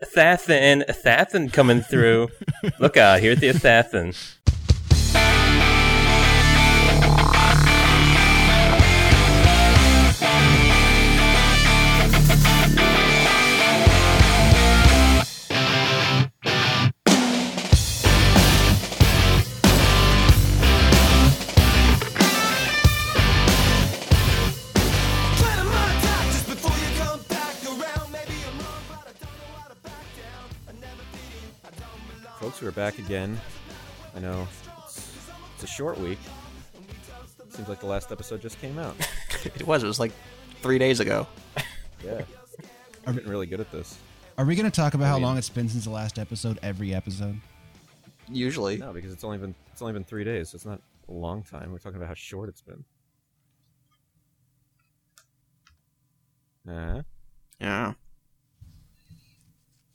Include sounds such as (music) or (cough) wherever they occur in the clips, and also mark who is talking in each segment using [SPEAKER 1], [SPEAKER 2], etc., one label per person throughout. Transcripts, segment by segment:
[SPEAKER 1] Assassin, assassin coming
[SPEAKER 2] (laughs)
[SPEAKER 1] through. Look out, here's the assassin.
[SPEAKER 3] Folks, we're back again. I know it's, it's a short week. Seems like the last episode just came
[SPEAKER 2] (laughs)
[SPEAKER 3] out.
[SPEAKER 4] It was. It was like three days ago.
[SPEAKER 3] Yeah. I'm getting really good at this.
[SPEAKER 2] Are we going to talk about how
[SPEAKER 3] mean-
[SPEAKER 2] long it's been since the last episode? Every episode.
[SPEAKER 4] Usually,
[SPEAKER 3] No, because it's only been it's only been three days, so it's not a long time. We're talking about how short it's been. Uh,
[SPEAKER 4] yeah.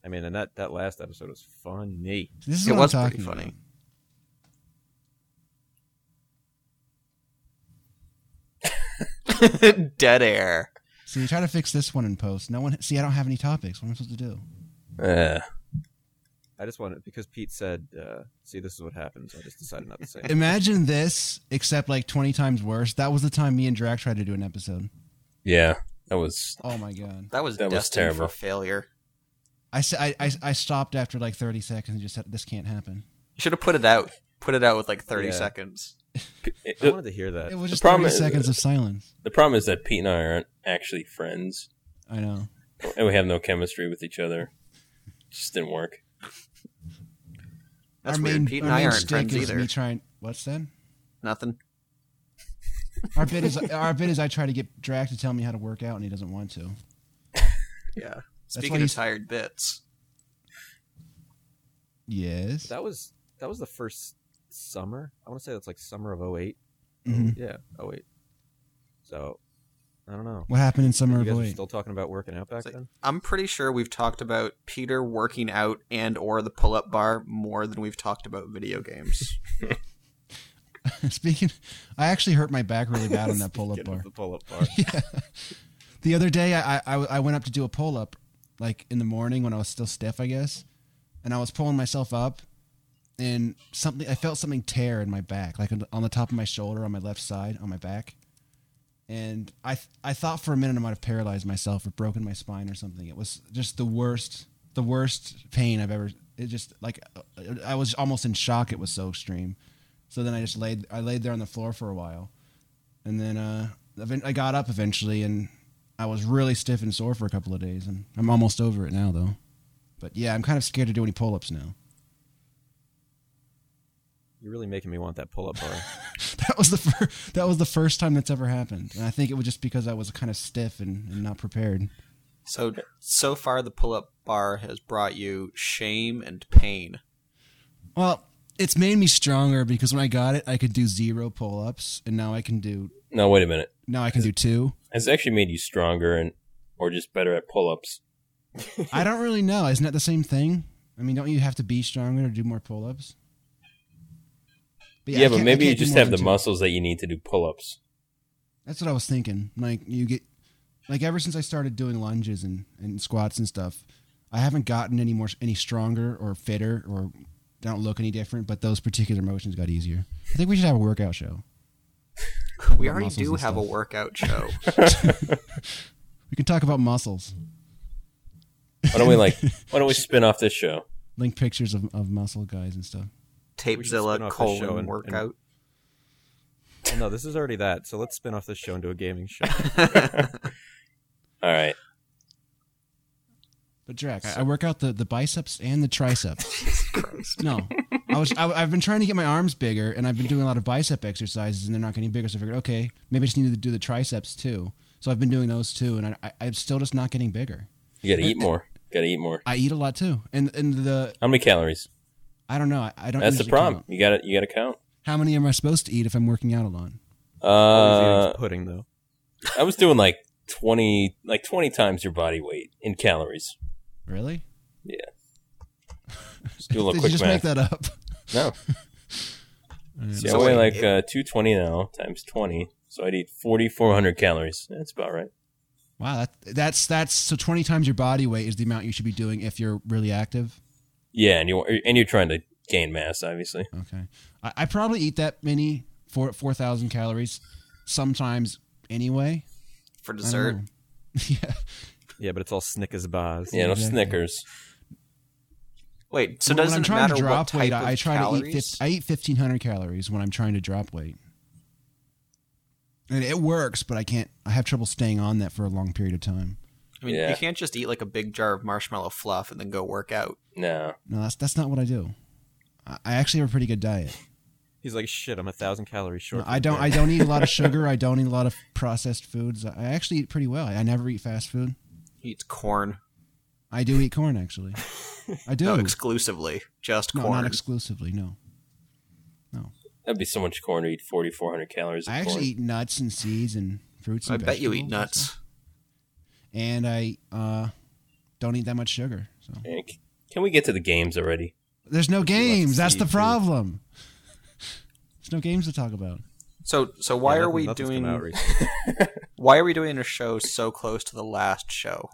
[SPEAKER 3] I mean, and that that last episode was funny.
[SPEAKER 2] This is
[SPEAKER 4] It
[SPEAKER 2] what
[SPEAKER 4] was
[SPEAKER 2] I'm
[SPEAKER 4] pretty
[SPEAKER 2] talking
[SPEAKER 4] funny. (laughs) Dead air.
[SPEAKER 2] So you try to fix this one in post. No one. See, I don't have any topics. What am I supposed to do?
[SPEAKER 1] Uh,
[SPEAKER 3] I just wanted because Pete said, uh, "See, this is what happens." I just decided not to say. it.
[SPEAKER 2] Imagine this, except like twenty times worse. That was the time me and Drac tried to do an episode.
[SPEAKER 1] yeah, that was.
[SPEAKER 2] Oh my god!
[SPEAKER 4] That was
[SPEAKER 1] That was
[SPEAKER 4] destined
[SPEAKER 1] terrible.
[SPEAKER 4] for failure.
[SPEAKER 2] I s- I- I- I stopped after like thirty seconds and just said, "This can't happen."
[SPEAKER 4] You should have put it out. Put it out with like thirty
[SPEAKER 3] Yeah.
[SPEAKER 4] seconds.
[SPEAKER 3] I wanted to hear that.
[SPEAKER 2] It was just
[SPEAKER 1] problem
[SPEAKER 2] thirty
[SPEAKER 1] is-
[SPEAKER 2] seconds of silence.
[SPEAKER 1] the problem is that Pete and I aren't actually friends,
[SPEAKER 2] I know.
[SPEAKER 1] and we have no chemistry with each other. Just didn't work.
[SPEAKER 4] That's
[SPEAKER 2] our
[SPEAKER 4] weird.
[SPEAKER 2] main,
[SPEAKER 4] Pete
[SPEAKER 2] our
[SPEAKER 4] and I
[SPEAKER 2] main
[SPEAKER 4] aren't
[SPEAKER 2] shtick
[SPEAKER 4] friends
[SPEAKER 2] is
[SPEAKER 4] either.
[SPEAKER 2] Me trying. What's that?
[SPEAKER 4] Nothing.
[SPEAKER 2] Our bit is (laughs) our bit is I try to get Drac to tell me how to work out and he doesn't want to.
[SPEAKER 4] Yeah.
[SPEAKER 2] why
[SPEAKER 4] Speaking of
[SPEAKER 2] he's-
[SPEAKER 4] tired bits,
[SPEAKER 2] Yes.
[SPEAKER 3] That was that was the first summer. I want to say that's like summer of 08.
[SPEAKER 2] Mhm.
[SPEAKER 3] Yeah, Oh, 08. So I don't know.
[SPEAKER 2] What happened in summer
[SPEAKER 3] You
[SPEAKER 2] of
[SPEAKER 3] guys are
[SPEAKER 2] 08?
[SPEAKER 3] still talking about working out back
[SPEAKER 4] It's like-
[SPEAKER 2] (laughs)
[SPEAKER 3] then?
[SPEAKER 4] I'm pretty sure we've talked about Peter working out and or the pull-up bar more than we've talked about video
[SPEAKER 2] (laughs)
[SPEAKER 4] games.
[SPEAKER 2] Speaking, I actually hurt my back really bad on that
[SPEAKER 3] (laughs)
[SPEAKER 2] pull up
[SPEAKER 3] Get off
[SPEAKER 2] bar.
[SPEAKER 3] The pull-up bar.
[SPEAKER 2] (laughs) The other day, I, I I went up to do a pull up, like in the morning when I was still stiff, I guess, and I was pulling myself up, and something I felt something tear in my back, like on the- on the top of my shoulder, on my left side, on my back, and I th- I thought for a minute I might have paralyzed myself or broken my spine or something. It was just the worst, the worst pain I've ever. It just like I was almost in shock. It was so extreme. So then I just laid I laid there on the floor for a while, and then uh, event- I got up eventually, and I was really stiff and sore for a couple of days, and I'm almost over it now though. But yeah, I'm kind of scared to do any pull-ups now. (laughs)
[SPEAKER 3] You're really making me want that pull-up bar.
[SPEAKER 2] That was the fir- that was the first time that's ever happened, and I think it was just because I was kind of stiff and, and not prepared.
[SPEAKER 4] so so far, the pull-up bar has brought you shame and pain.
[SPEAKER 2] Well, it's made me stronger because when I got it, I could do zero pull-ups, and now I can do
[SPEAKER 1] No, wait a minute.
[SPEAKER 2] now I can do two.
[SPEAKER 1] Has it actually made you stronger and or just better at pull-ups?
[SPEAKER 2] I don't really know. Isn't that the same thing? I mean, don't you have to be stronger to do more pull-ups?
[SPEAKER 1] Yeah,
[SPEAKER 2] I
[SPEAKER 1] but
[SPEAKER 2] can't- I
[SPEAKER 1] maybe you
[SPEAKER 2] can't do
[SPEAKER 1] just
[SPEAKER 2] more
[SPEAKER 1] have
[SPEAKER 2] than
[SPEAKER 1] the
[SPEAKER 2] two.
[SPEAKER 1] muscles that you need to do
[SPEAKER 2] (laughs)
[SPEAKER 1] pull-ups.
[SPEAKER 2] That's what I was thinking. Like you get, like ever since I started doing lunges and, and squats and stuff, I haven't gotten any more any stronger or fitter or don't look any different. But those particular motions got easier. I think we should have a workout show.
[SPEAKER 4] We
[SPEAKER 2] About
[SPEAKER 4] already
[SPEAKER 2] muscles
[SPEAKER 4] do
[SPEAKER 2] and
[SPEAKER 4] have a
[SPEAKER 2] stuff.
[SPEAKER 4] workout
[SPEAKER 2] (laughs)
[SPEAKER 4] show.
[SPEAKER 2] We can talk about muscles.
[SPEAKER 1] Why don't we like? Why
[SPEAKER 2] (laughs)
[SPEAKER 1] don't we spin off this show?
[SPEAKER 2] Link pictures of, of muscle guys and stuff.
[SPEAKER 3] spin
[SPEAKER 4] Tapezilla
[SPEAKER 3] off this show
[SPEAKER 4] colon
[SPEAKER 3] and-
[SPEAKER 4] workout.
[SPEAKER 3] well, no, this is already that. So let's spin off this show into a
[SPEAKER 4] (laughs)
[SPEAKER 3] gaming show.
[SPEAKER 1] All right.
[SPEAKER 2] But Drac, I, I work out the, the biceps and the triceps.
[SPEAKER 4] Christ.
[SPEAKER 2] No, I was I, I've been trying to get my arms bigger, and I've been doing a lot of bicep exercises, and they're not getting bigger. So I figured, okay, maybe I just need to do the triceps too. So I've been doing those too, and I, I, I'm still just not getting bigger.
[SPEAKER 1] You gotta eat more. Gotta eat more.
[SPEAKER 2] I eat a lot too, and and the
[SPEAKER 1] How many calories?
[SPEAKER 2] I don't know. I, I don't.
[SPEAKER 1] That's the
[SPEAKER 2] usually
[SPEAKER 1] problem.
[SPEAKER 2] count.
[SPEAKER 1] You gotta you gotta count.
[SPEAKER 2] How many am I supposed to eat if I'm working out a lot?
[SPEAKER 3] All he's eating
[SPEAKER 1] Uh,
[SPEAKER 3] is pudding, though.
[SPEAKER 1] I was doing like twenty like twenty times your body weight in calories.
[SPEAKER 2] Really?
[SPEAKER 1] Yeah. Just do a little
[SPEAKER 2] Did you
[SPEAKER 1] quick
[SPEAKER 2] just make
[SPEAKER 1] math.
[SPEAKER 2] that up? (laughs)
[SPEAKER 1] No. See, I
[SPEAKER 4] So
[SPEAKER 1] weigh
[SPEAKER 4] like-
[SPEAKER 1] like uh, two twenty now times twenty, so I'd eat forty four hundred calories. That's about right.
[SPEAKER 2] Wow, that, that's that's so twenty times your body weight is the amount you should be doing if you're really active.
[SPEAKER 1] Yeah, and you and you're trying to gain mass, obviously.
[SPEAKER 2] Okay, I, I probably eat that many four four thousand calories sometimes anyway.
[SPEAKER 4] for
[SPEAKER 2] I don't
[SPEAKER 4] dessert.
[SPEAKER 2] know. (laughs) yeah,
[SPEAKER 3] Yeah, but it's all Snickers bars.
[SPEAKER 1] Yeah, no
[SPEAKER 2] Exactly.
[SPEAKER 1] Snickers.
[SPEAKER 4] Wait, so
[SPEAKER 2] When- when
[SPEAKER 4] doesn't
[SPEAKER 2] I'm
[SPEAKER 4] it
[SPEAKER 2] trying
[SPEAKER 4] matter
[SPEAKER 2] to drop
[SPEAKER 4] what type
[SPEAKER 2] weight,
[SPEAKER 4] of
[SPEAKER 2] I, I try to eat.
[SPEAKER 4] calories?
[SPEAKER 2] fif- I eat fifteen hundred calories when I'm trying to drop weight, and it works. But I can't. I have trouble staying on that for a long period of time.
[SPEAKER 4] I mean,
[SPEAKER 1] Yeah.
[SPEAKER 4] you can't just eat like a big jar of marshmallow fluff and then go work out.
[SPEAKER 1] No.
[SPEAKER 2] No, that's that's not what I do. I, I actually have a pretty good diet.
[SPEAKER 3] He's like, shit, I'm a thousand calories
[SPEAKER 2] No,
[SPEAKER 3] short.
[SPEAKER 2] I don't. I don't eat a
[SPEAKER 4] (laughs)
[SPEAKER 2] lot of sugar. I don't eat a lot of processed foods. I actually eat pretty well. I never eat fast food.
[SPEAKER 4] He eats corn.
[SPEAKER 2] I do eat
[SPEAKER 4] (laughs)
[SPEAKER 2] corn actually. I do.
[SPEAKER 4] Not exclusively, just
[SPEAKER 2] no,
[SPEAKER 4] corn.
[SPEAKER 2] not exclusively. No,
[SPEAKER 1] That'd be so much corn to eat 4,400 calories. Of
[SPEAKER 2] I actually
[SPEAKER 1] corn.
[SPEAKER 2] eat nuts and seeds and fruits. And
[SPEAKER 4] I bet you eat
[SPEAKER 2] vegetables and
[SPEAKER 4] nuts.
[SPEAKER 2] stuff. And I uh, don't eat that much sugar. So
[SPEAKER 1] Hank. Can we get to the games already?
[SPEAKER 2] there's no games. That's
[SPEAKER 3] see
[SPEAKER 2] the
[SPEAKER 3] food.
[SPEAKER 2] problem. there's no games to talk about.
[SPEAKER 4] So, so why
[SPEAKER 3] Yeah,
[SPEAKER 4] are we
[SPEAKER 3] nothing's come
[SPEAKER 4] doing?
[SPEAKER 3] out recently.
[SPEAKER 4] Why are we doing a show so close to the last show?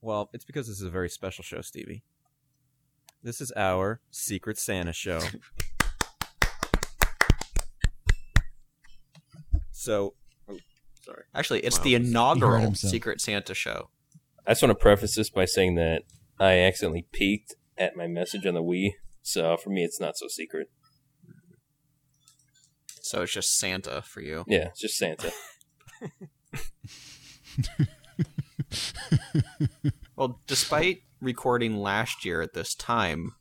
[SPEAKER 3] well, it's because this is a very special show, Stevie. This is our Secret Santa
[SPEAKER 2] (laughs)
[SPEAKER 3] show. so,
[SPEAKER 4] Actually, it's
[SPEAKER 3] Wow.
[SPEAKER 4] the inaugural
[SPEAKER 2] himself.
[SPEAKER 4] Secret Santa show.
[SPEAKER 1] I just want to preface this by saying that I accidentally peeked at my message on the Wii, so for me, it's not so secret.
[SPEAKER 4] So it's just Santa for you.
[SPEAKER 1] Yeah, it's just Santa.
[SPEAKER 4] Well, despite recording last year at this time,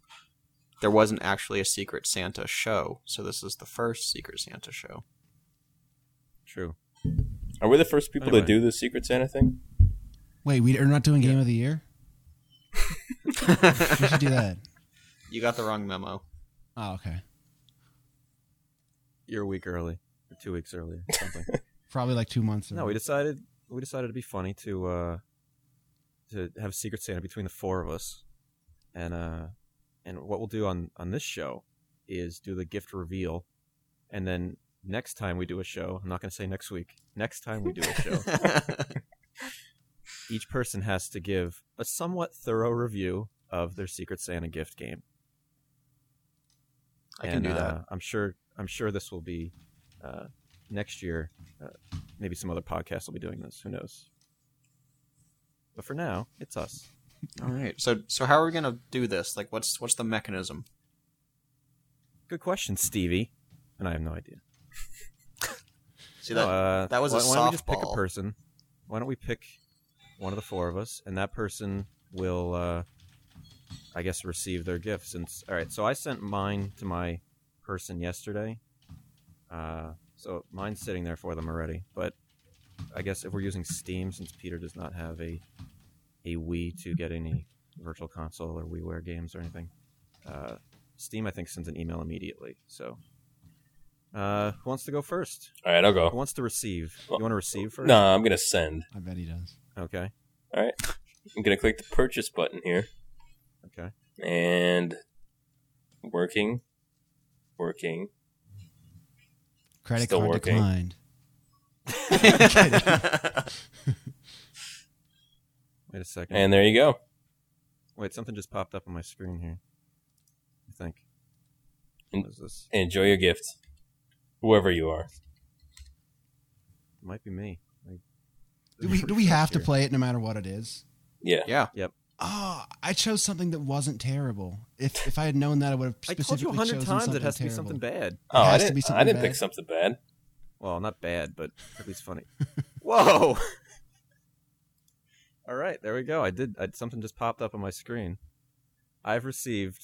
[SPEAKER 4] there wasn't actually a Secret Santa show. So this is the first Secret Santa
[SPEAKER 2] (laughs)
[SPEAKER 4] show.
[SPEAKER 3] true.
[SPEAKER 1] Are we the first people to
[SPEAKER 3] Anyway.
[SPEAKER 1] do the Secret Santa thing?
[SPEAKER 2] Wait, we are not doing game of the year. we should
[SPEAKER 3] (laughs)
[SPEAKER 2] do that.
[SPEAKER 4] You got the wrong memo.
[SPEAKER 2] Oh, okay.
[SPEAKER 3] You're a week early, or two weeks early, or something.
[SPEAKER 2] Probably like two months. Or
[SPEAKER 3] No, we decided we decided it'd be funny to uh, to have Secret Santa between the four of us, and uh, and what we'll do on on this show is do the gift reveal, and then next time we do a show, I'm not going to say next week. Next time we do
[SPEAKER 4] (laughs)
[SPEAKER 3] a show, each person has to give a somewhat thorough review of their Secret Santa gift game.
[SPEAKER 4] I can
[SPEAKER 3] And,
[SPEAKER 4] do that.
[SPEAKER 3] uh, I'm sure. I'm sure this will be uh, next year. Uh, maybe some other podcast will be doing this. Who knows? But for now, it's us.
[SPEAKER 4] All right. So so how are we gonna do this? Like, what's what's the mechanism?
[SPEAKER 3] Good question, Stevie. And I have no idea.
[SPEAKER 4] See (laughs) that?
[SPEAKER 3] No, uh,
[SPEAKER 4] that was
[SPEAKER 3] why,
[SPEAKER 4] a
[SPEAKER 3] why don't we just pick a
[SPEAKER 4] softball.
[SPEAKER 3] person? Why don't we pick one of the four of us, and that person will, uh, I guess, receive their gift. Since all right, so I sent mine to my person yesterday. Uh, so mine's sitting there for them already. But I guess if we're using Steam, since Peter does not have a a Wii to get any virtual console or WiiWare games or anything, uh, Steam I think sends an email immediately. So. Uh, who wants to go first?
[SPEAKER 1] All right, I'll go.
[SPEAKER 3] Who wants to receive?
[SPEAKER 1] Well,
[SPEAKER 3] you want to receive first?
[SPEAKER 1] No, I'm gonna send.
[SPEAKER 2] I bet he does.
[SPEAKER 3] Okay.
[SPEAKER 1] All right, I'm gonna click the purchase button here
[SPEAKER 3] Okay.
[SPEAKER 1] and working, working.
[SPEAKER 2] Credit
[SPEAKER 1] Still
[SPEAKER 2] card
[SPEAKER 1] working.
[SPEAKER 2] declined.
[SPEAKER 3] Wait a second.
[SPEAKER 1] And there you go.
[SPEAKER 3] wait, something just popped up on my screen here. I think.
[SPEAKER 1] And-
[SPEAKER 3] What is this?
[SPEAKER 1] Enjoy your gift, whoever you are.
[SPEAKER 3] It might be me. I-
[SPEAKER 2] Do we do we have to
[SPEAKER 3] Here.
[SPEAKER 2] play it no matter what it is?
[SPEAKER 1] Yeah,
[SPEAKER 4] yeah.
[SPEAKER 2] Oh, I chose something that wasn't terrible. If if I had known that, I would have
[SPEAKER 3] I
[SPEAKER 2] specifically
[SPEAKER 3] told you a hundred
[SPEAKER 2] chosen
[SPEAKER 3] times it
[SPEAKER 2] something
[SPEAKER 3] has to be
[SPEAKER 2] terrible.
[SPEAKER 3] something bad.
[SPEAKER 1] Oh, I
[SPEAKER 2] has to
[SPEAKER 1] didn't.
[SPEAKER 2] be something
[SPEAKER 1] I didn't pick
[SPEAKER 2] bad.
[SPEAKER 1] something bad.
[SPEAKER 3] Well, not bad, but at least funny.
[SPEAKER 4] Whoa.
[SPEAKER 3] (laughs) All right, there we go. I did. I, something just popped up on my screen. I've received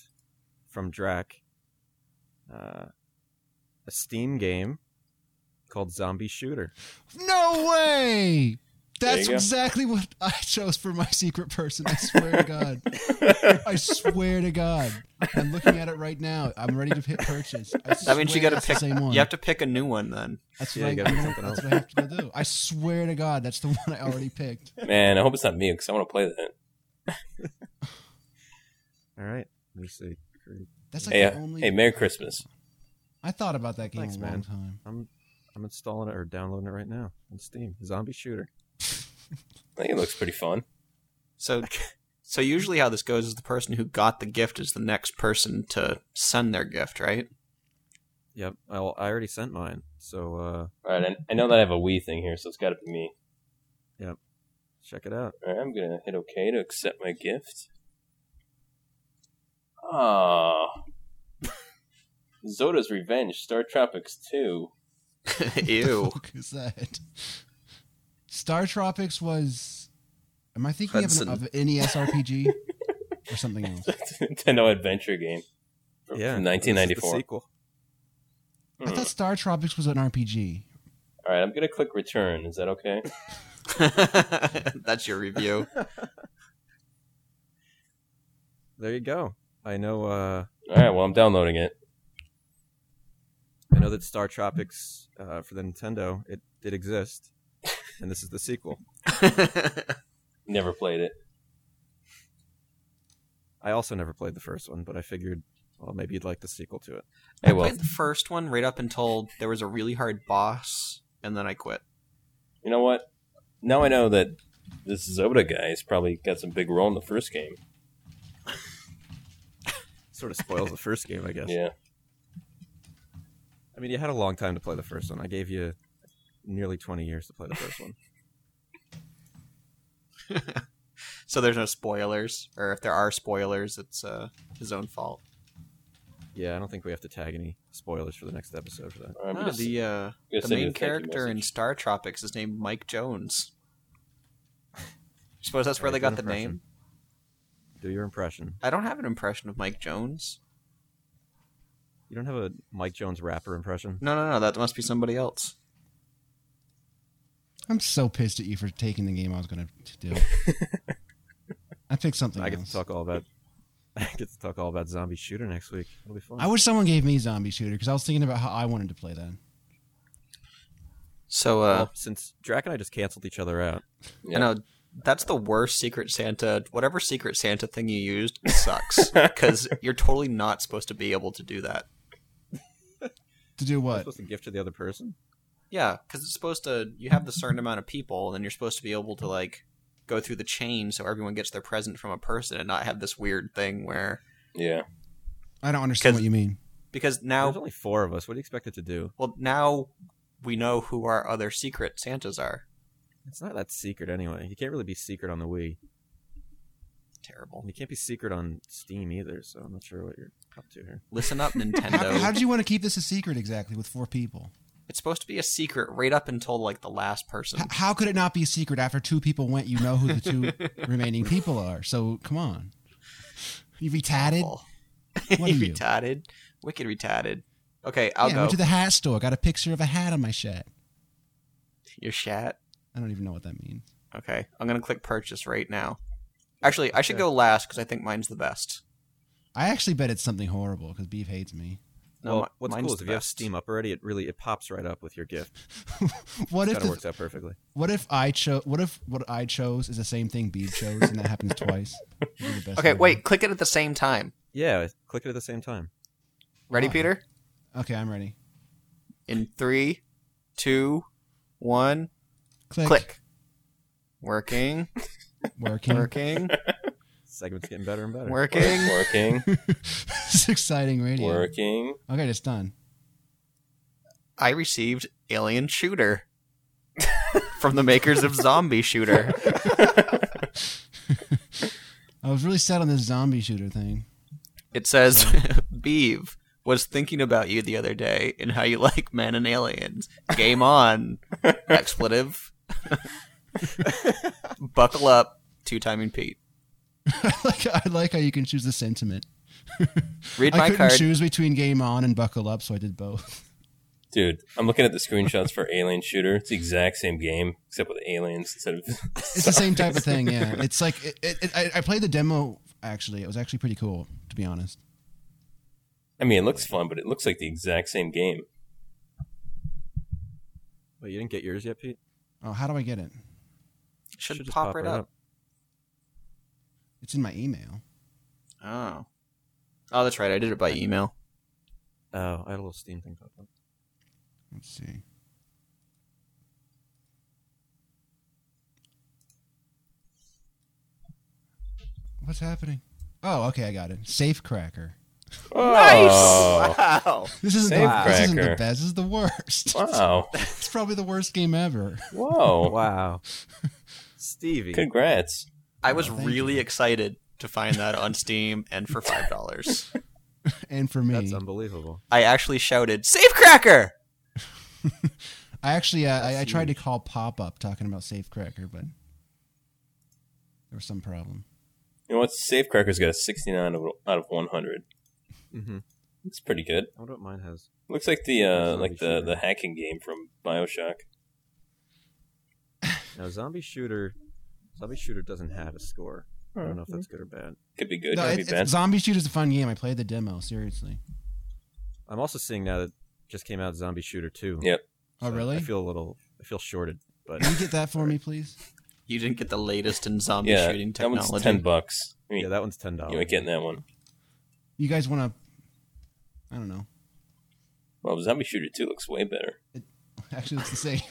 [SPEAKER 3] from Drac uh, a Steam game called Zombie Shooter.
[SPEAKER 2] No way!
[SPEAKER 1] There you
[SPEAKER 2] That's
[SPEAKER 1] go.
[SPEAKER 2] exactly what I chose for my secret person. I swear to God.
[SPEAKER 3] (laughs)
[SPEAKER 2] I swear to God. I'm looking at it right now. I'm ready to hit purchase. I
[SPEAKER 4] That means you
[SPEAKER 2] swear
[SPEAKER 4] gotta
[SPEAKER 2] it's
[SPEAKER 4] pick-
[SPEAKER 2] the same one.
[SPEAKER 4] You have to pick a new one then.
[SPEAKER 2] That's
[SPEAKER 3] Yeah,
[SPEAKER 2] what,
[SPEAKER 3] you
[SPEAKER 2] I,
[SPEAKER 3] gotta pick
[SPEAKER 2] I'm
[SPEAKER 3] something
[SPEAKER 2] gonna, that's
[SPEAKER 3] else.
[SPEAKER 2] what I have to go do. I swear to God, that's the (laughs) one I already picked.
[SPEAKER 1] Man, I hope it's not me because I want to play that.
[SPEAKER 3] All right. Let me see.
[SPEAKER 2] That's like
[SPEAKER 1] Hey,
[SPEAKER 2] the
[SPEAKER 1] uh,
[SPEAKER 2] only.
[SPEAKER 1] hey, Merry Christmas.
[SPEAKER 2] I thought about that game
[SPEAKER 3] Thanks,
[SPEAKER 2] a long
[SPEAKER 3] man.
[SPEAKER 2] time.
[SPEAKER 3] I'm I'm installing it or downloading it right now on Steam. Zombie Shooter.
[SPEAKER 1] I think it looks pretty fun.
[SPEAKER 4] So, so usually how this goes is the person who got the gift is the next person to send their gift, right? (laughs)
[SPEAKER 3] Yep. Well, I already sent mine, so uh,
[SPEAKER 1] All right, I, I know that I have a Wii thing here, so it's got to be me.
[SPEAKER 3] check it out.
[SPEAKER 1] All right, I'm gonna hit OK to accept my gift. Ah, (laughs) Zoda's Revenge, Star Tropics Two. (laughs)
[SPEAKER 4] Ew.
[SPEAKER 2] fuck is that? Star Tropics was. Am I thinking of
[SPEAKER 4] Hudson.
[SPEAKER 2] an, E of an NES RPG or something else?
[SPEAKER 1] Nintendo adventure game from,
[SPEAKER 3] Yeah,
[SPEAKER 1] from
[SPEAKER 3] This is the
[SPEAKER 1] 1994.
[SPEAKER 3] sequel.
[SPEAKER 2] I
[SPEAKER 1] Hmm.
[SPEAKER 2] thought Star Tropics was an RPG.
[SPEAKER 1] All right, I'm gonna click return. Is that okay?
[SPEAKER 4] (laughs) That's
[SPEAKER 1] (laughs)
[SPEAKER 4] your review.
[SPEAKER 3] There you go. I know. Uh,
[SPEAKER 1] All right, well I'm downloading it.
[SPEAKER 3] I know that Star Tropics uh, for the Nintendo it did exist, and this is the sequel.
[SPEAKER 1] Never played it.
[SPEAKER 3] I also never played the first one, but I figured, well, maybe you'd like the sequel to it.
[SPEAKER 1] Hey,
[SPEAKER 4] I
[SPEAKER 1] well,
[SPEAKER 4] played the first one right up until there was a really hard boss, and then I quit.
[SPEAKER 1] you know what? Now I know that this Zoda guy's probably got some big role in the first game.
[SPEAKER 3] Sort of spoils the first game, I guess.
[SPEAKER 1] Yeah.
[SPEAKER 3] I mean, you had a long time to play the first one. I gave you nearly 20 years to play the first one.
[SPEAKER 4] So there's no spoilers, or if there are spoilers, it's uh, his own fault.
[SPEAKER 3] Yeah, I don't think we have to tag any spoilers for the next episode for that.
[SPEAKER 1] All right, I'm
[SPEAKER 4] No,
[SPEAKER 1] gonna s-
[SPEAKER 4] the uh,
[SPEAKER 1] gonna
[SPEAKER 4] the
[SPEAKER 1] send you a
[SPEAKER 4] main
[SPEAKER 1] thank you
[SPEAKER 4] character in
[SPEAKER 1] message.
[SPEAKER 4] Star Tropics is named Mike Jones. You suppose that's where
[SPEAKER 3] Alright,
[SPEAKER 4] they got
[SPEAKER 3] do an
[SPEAKER 4] the
[SPEAKER 3] impression.
[SPEAKER 4] name?
[SPEAKER 3] Do your impression.
[SPEAKER 4] I don't have an impression of Mike Jones.
[SPEAKER 3] You don't have a Mike Jones rapper impression?
[SPEAKER 4] No, no, no. That must be somebody else.
[SPEAKER 2] I'm so pissed at you for taking the game I was going to
[SPEAKER 3] (laughs)
[SPEAKER 2] do. I picked something
[SPEAKER 3] I get
[SPEAKER 2] else.
[SPEAKER 3] to talk all about. (laughs) I get to talk all about Zombie Shooter next week. It'll be fun.
[SPEAKER 2] I wish someone gave me Zombie Shooter because I was thinking about how I wanted to play that.
[SPEAKER 4] So, uh,
[SPEAKER 3] well, since Drac and I just canceled each other out,
[SPEAKER 1] Yeah.
[SPEAKER 4] I know that's the worst Secret Santa. Whatever Secret Santa thing you used sucks because you're totally not supposed to be able to do that.
[SPEAKER 2] To do
[SPEAKER 3] I'm
[SPEAKER 2] what?
[SPEAKER 3] supposed to gift to the other person.
[SPEAKER 4] Yeah, because it's supposed to. You have the certain amount of people, and then you're supposed to be able to like go through the chain so everyone gets their present from a person, and not have this weird thing where
[SPEAKER 1] Yeah.
[SPEAKER 2] I don't understand
[SPEAKER 4] 'Cause-
[SPEAKER 2] what you mean.
[SPEAKER 4] because
[SPEAKER 3] There's
[SPEAKER 4] now,
[SPEAKER 3] only four of us. What do you expect it to do?
[SPEAKER 4] well, now we know who our other Secret Santas are.
[SPEAKER 3] It's not that secret anyway. You can't really be secret on the Wii.
[SPEAKER 4] Terrible.
[SPEAKER 3] You can't be secret on Steam either. So I'm not sure what you're up to here.
[SPEAKER 4] Listen
[SPEAKER 2] (laughs)
[SPEAKER 4] up,
[SPEAKER 2] How, how
[SPEAKER 4] Nintendo.
[SPEAKER 2] did you want to keep this a secret exactly with four people?
[SPEAKER 4] it's supposed to be a secret right up until like the last person.
[SPEAKER 2] H- how could it not be a secret after two people went? You know who the two
[SPEAKER 3] (laughs)
[SPEAKER 2] remaining people are. So come on. You retarded?
[SPEAKER 4] Awful. (laughs)
[SPEAKER 2] What are you?
[SPEAKER 4] retarded. Wicked retarded. Okay, I'll
[SPEAKER 2] yeah, I
[SPEAKER 4] go.
[SPEAKER 2] went to the hat store. Got a picture of a hat on my shat.
[SPEAKER 4] Your chat.
[SPEAKER 2] I don't even know what that means.
[SPEAKER 4] Okay, I'm gonna click purchase right now. Actually, I should go last because I think mine's the best.
[SPEAKER 2] I actually bet it's something horrible because Beef hates me. (laughs)
[SPEAKER 4] No,
[SPEAKER 3] well,
[SPEAKER 4] mi-
[SPEAKER 3] what's
[SPEAKER 4] mine's
[SPEAKER 3] cool is
[SPEAKER 4] the
[SPEAKER 3] if you have
[SPEAKER 4] best.
[SPEAKER 3] Steam up already, it really it pops right up with
[SPEAKER 4] (laughs)
[SPEAKER 3] your gift.
[SPEAKER 2] what
[SPEAKER 3] It kind
[SPEAKER 2] if
[SPEAKER 3] of
[SPEAKER 2] the,
[SPEAKER 3] works out perfectly.
[SPEAKER 2] what if I chose what if what I chose is the same thing Beef chose and that happens twice? It'd be the best
[SPEAKER 4] Okay,
[SPEAKER 2] ever.
[SPEAKER 4] wait. Click it at the same time.
[SPEAKER 3] Yeah, click it at the same time.
[SPEAKER 4] Ready,
[SPEAKER 2] Why?
[SPEAKER 4] Peter?
[SPEAKER 2] Okay, I'm ready.
[SPEAKER 4] In three, two, one,
[SPEAKER 2] Click.
[SPEAKER 4] click.
[SPEAKER 2] (laughs)
[SPEAKER 4] Working,
[SPEAKER 2] Working. (laughs)
[SPEAKER 4] working,
[SPEAKER 3] Segment's getting better and better.
[SPEAKER 4] working.
[SPEAKER 1] Working.
[SPEAKER 4] (laughs)
[SPEAKER 2] it's exciting radio.
[SPEAKER 1] Working.
[SPEAKER 2] Okay, it's done.
[SPEAKER 4] I received Alien Shooter (laughs) from the makers of Zombie Shooter.
[SPEAKER 2] I was really set on this zombie shooter thing. (laughs)
[SPEAKER 4] It says, (laughs) Beeve was thinking about you the other day and how you like men and aliens. Game
[SPEAKER 2] (laughs)
[SPEAKER 4] on. Expletive. (laughs) Buckle up. Two timing Pete.
[SPEAKER 2] I like I like how you can choose the sentiment.
[SPEAKER 4] Read
[SPEAKER 2] I
[SPEAKER 4] my
[SPEAKER 2] couldn't
[SPEAKER 4] card.
[SPEAKER 2] choose between game on and buckle up, so I did both. (laughs)
[SPEAKER 1] Dude, I'm looking at the screenshots for Alien Shooter. It's the exact same game, except with aliens instead of.
[SPEAKER 2] It's the same type of thing.
[SPEAKER 4] (laughs)
[SPEAKER 2] Yeah, it's like it, it, it, I, I played the demo. Actually, it was actually pretty cool, to be honest.
[SPEAKER 1] I mean, it looks fun, but it looks like the exact same game.
[SPEAKER 3] Wait, you didn't get yours yet, Pete?
[SPEAKER 2] Oh, how do I get it?
[SPEAKER 4] Should,
[SPEAKER 3] just
[SPEAKER 4] pop, right up.
[SPEAKER 2] It's in my email.
[SPEAKER 4] Oh. Oh, that's right. I did it by email.
[SPEAKER 3] Oh, I had a little Steam thing pop up.
[SPEAKER 2] Let's see. What's happening? Oh, okay, I got it. Safe cracker.
[SPEAKER 1] Oh,
[SPEAKER 4] Wow.
[SPEAKER 2] This isn't, the,
[SPEAKER 1] Safe
[SPEAKER 2] this isn't the
[SPEAKER 1] cracker.
[SPEAKER 2] best. This is the worst.
[SPEAKER 1] Wow.
[SPEAKER 2] (laughs) It's probably the worst game ever.
[SPEAKER 4] Oh.
[SPEAKER 1] Whoa.
[SPEAKER 4] (laughs)
[SPEAKER 3] Wow. Stevie.
[SPEAKER 1] Congrats.
[SPEAKER 4] I was
[SPEAKER 2] Oh, thank
[SPEAKER 4] really
[SPEAKER 2] you.
[SPEAKER 4] excited to find that on Steam and for five
[SPEAKER 2] (laughs)
[SPEAKER 4] dollars.
[SPEAKER 2] And for me,
[SPEAKER 3] That's unbelievable.
[SPEAKER 4] I actually shouted, "Safe Cracker!"
[SPEAKER 2] I actually uh, I,
[SPEAKER 3] That's
[SPEAKER 2] I tried to
[SPEAKER 3] huge.
[SPEAKER 2] call pop up talking about safe cracker, but there was some problem.
[SPEAKER 1] You know what? Safecracker's got a 69 of- out of 100.
[SPEAKER 3] Mm-hmm.
[SPEAKER 1] It's pretty good.
[SPEAKER 3] I wonder what mine has.
[SPEAKER 1] Looks like the uh,
[SPEAKER 3] Zombie
[SPEAKER 1] like the,
[SPEAKER 3] shooter.
[SPEAKER 1] the hacking game from Bioshock.
[SPEAKER 3] Now, zombie shooter. Zombie shooter doesn't have a score. I don't know
[SPEAKER 4] Hmm.
[SPEAKER 3] if that's good or bad.
[SPEAKER 1] Could be good.
[SPEAKER 2] No,
[SPEAKER 1] could
[SPEAKER 2] it-
[SPEAKER 1] be
[SPEAKER 2] it's-
[SPEAKER 1] bad.
[SPEAKER 2] Zombie Shooter's a fun game. I played the demo. Seriously.
[SPEAKER 3] I'm also seeing now that just came out zombie shooter two.
[SPEAKER 1] Yeah.
[SPEAKER 2] Oh,
[SPEAKER 3] So
[SPEAKER 2] really?
[SPEAKER 3] I feel a little. I feel shorted,
[SPEAKER 1] (laughs)
[SPEAKER 3] but
[SPEAKER 2] Can you get that for me, please?
[SPEAKER 4] You didn't get the latest in zombie
[SPEAKER 1] yeah,
[SPEAKER 4] shooting
[SPEAKER 1] that
[SPEAKER 4] technology.
[SPEAKER 1] one's 10 bucks. I mean,
[SPEAKER 3] yeah, that one's ten dollars.
[SPEAKER 1] you ain't getting that one.
[SPEAKER 2] You guys want to? I don't know.
[SPEAKER 1] Well, Zombie Shooter 2 looks way better.
[SPEAKER 2] Actually, it's the same.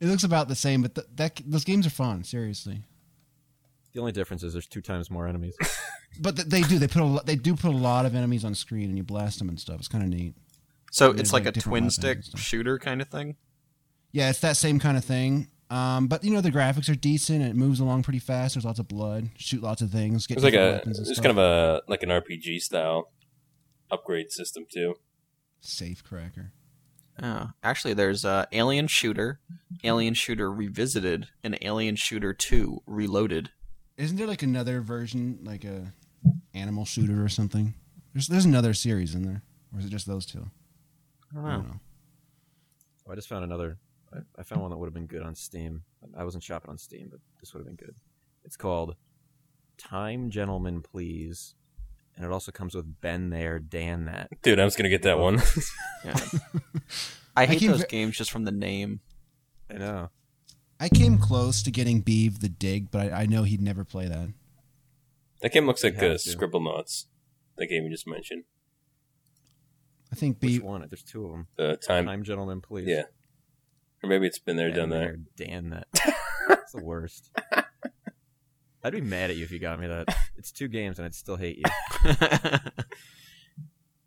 [SPEAKER 2] it looks about the same, but th- that those games are fun. Seriously,
[SPEAKER 3] The only difference is there's two times more enemies.
[SPEAKER 2] but th- they do. They put a lo- they do put a lot of enemies on screen, and you blast them and stuff. It's kind of neat.
[SPEAKER 4] so
[SPEAKER 2] There's,
[SPEAKER 4] it's like,
[SPEAKER 2] like,
[SPEAKER 4] a
[SPEAKER 2] different
[SPEAKER 4] twin
[SPEAKER 2] weapons
[SPEAKER 4] stick
[SPEAKER 2] and stuff.
[SPEAKER 4] shooter kind of thing.
[SPEAKER 2] Yeah, it's that same kind of thing. Um, but you know the graphics are decent. And it moves along pretty fast. There's lots of blood. Shoot lots of things. Get
[SPEAKER 1] It's like
[SPEAKER 2] different
[SPEAKER 1] a
[SPEAKER 2] weapons and
[SPEAKER 1] it's
[SPEAKER 2] stuff.
[SPEAKER 1] kind of a like an RPG style upgrade system too. (laughs)
[SPEAKER 2] safe cracker.
[SPEAKER 4] Oh, actually, there's uh, Alien Shooter,
[SPEAKER 2] Mm-hmm.
[SPEAKER 4] Alien Shooter Revisited, and Alien Shooter Two Reloaded.
[SPEAKER 2] Isn't there like another version, like a animal shooter or something? There's there's another series in there, or is it just those two?
[SPEAKER 4] I don't
[SPEAKER 2] I
[SPEAKER 4] know.
[SPEAKER 2] don't know.
[SPEAKER 3] Oh, I just found another. I, I found one that would have been good on Steam. I wasn't shopping on Steam, but this would have been good. It's called Time Gentlemen Please, and it also comes with Ben there, Dan that.
[SPEAKER 1] Dude, I was gonna get that one. (laughs)
[SPEAKER 4] I
[SPEAKER 2] I
[SPEAKER 4] hate
[SPEAKER 2] keep
[SPEAKER 4] those
[SPEAKER 2] ve-
[SPEAKER 4] games just from the name.
[SPEAKER 3] I know.
[SPEAKER 2] I came close to getting Beeve the Dig, but I, I know he'd never play that.
[SPEAKER 1] that game looks like
[SPEAKER 3] You
[SPEAKER 1] uh,
[SPEAKER 3] have to.
[SPEAKER 1] Scribble Knots, the game you just mentioned.
[SPEAKER 2] I think
[SPEAKER 3] Which
[SPEAKER 2] Beeve.
[SPEAKER 3] one? There's two of them.
[SPEAKER 1] The time,
[SPEAKER 3] Time Gentlemen Please.
[SPEAKER 1] yeah, or maybe it's been there,
[SPEAKER 3] Ben
[SPEAKER 1] done that.
[SPEAKER 3] there,
[SPEAKER 1] (laughs)
[SPEAKER 3] Dan that. It's the worst. I'd be mad at you if you got me that. It's two games, and I'd still hate you.
[SPEAKER 2] (clears throat)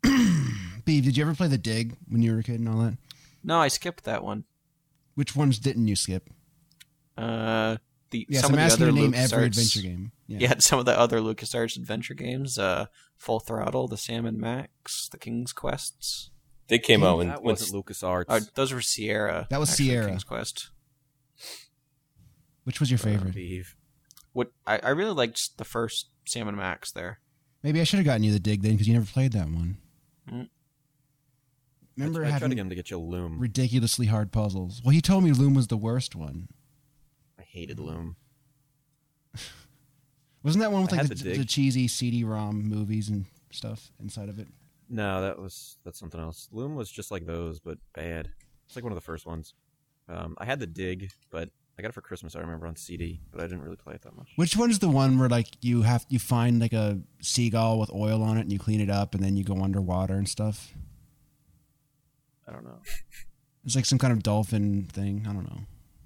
[SPEAKER 2] Beeve, did you ever play the Dig when you were a kid and all that?
[SPEAKER 4] no, I skipped that one.
[SPEAKER 2] Which ones didn't you skip?
[SPEAKER 4] Uh, the
[SPEAKER 2] Yes,
[SPEAKER 4] some
[SPEAKER 2] I'm
[SPEAKER 4] of the
[SPEAKER 2] asking
[SPEAKER 4] other
[SPEAKER 2] you to name
[SPEAKER 4] LucasArts
[SPEAKER 2] every adventure game. Yeah.
[SPEAKER 4] Yeah. (laughs) some of the other LucasArts adventure games, uh, Full Throttle, The Salmon Max, The King's Quests.
[SPEAKER 1] They came out when,
[SPEAKER 3] that
[SPEAKER 1] when
[SPEAKER 3] wasn't LucasArts.
[SPEAKER 4] Uh, those were Sierra.
[SPEAKER 2] That was
[SPEAKER 4] actually,
[SPEAKER 2] Sierra.
[SPEAKER 4] King's Quest.
[SPEAKER 2] Which was
[SPEAKER 3] Uh,
[SPEAKER 2] your favorite?
[SPEAKER 3] Beef.
[SPEAKER 4] What I, I really liked the first Salmon Max there.
[SPEAKER 2] Maybe I should have gotten you the Dig then because you never played that one.
[SPEAKER 4] Mm.
[SPEAKER 2] Remember
[SPEAKER 3] I, I tried to
[SPEAKER 2] having
[SPEAKER 3] get him to get you Loom.
[SPEAKER 2] ridiculously hard puzzles. Well, he told me Loom was the worst one.
[SPEAKER 3] I hated Loom.
[SPEAKER 2] Wasn't that one with
[SPEAKER 3] I
[SPEAKER 2] like
[SPEAKER 3] had
[SPEAKER 2] the,
[SPEAKER 3] the
[SPEAKER 2] the,
[SPEAKER 3] dig.
[SPEAKER 2] cheesy CD-ROM movies and stuff inside of it?
[SPEAKER 3] No, that was that's something else. Loom was just like those, but bad. It's like one of the first ones. Um, I had the dig, but I got it for Christmas. I remember on CD, but I didn't really play it that much.
[SPEAKER 2] Which one's the one where like you have you find like a seagull with oil on it and you clean it up and then you go underwater and stuff?
[SPEAKER 3] I don't know.
[SPEAKER 2] (laughs) It's like some kind of dolphin thing. I don't know.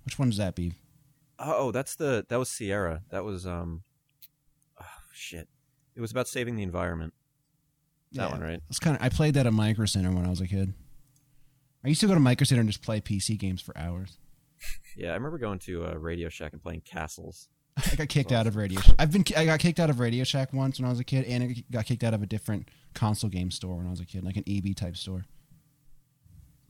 [SPEAKER 2] Which one does that be?
[SPEAKER 3] Oh, that's the that was Sierra. That was um, oh shit. It was about saving the environment. That
[SPEAKER 2] Yeah.
[SPEAKER 3] one, right?
[SPEAKER 2] It's kind of I played that at Micro Center when I was a kid. I used to go to Micro Center and just play PC games for hours. (laughs)
[SPEAKER 3] Yeah, I remember going to uh, Radio Shack and playing Castles.
[SPEAKER 2] I got kicked out of Radio. Shack. I've been I got kicked out of Radio Shack once when I was a kid, and I got kicked out of a different console game store when I was a kid, like an EB type store.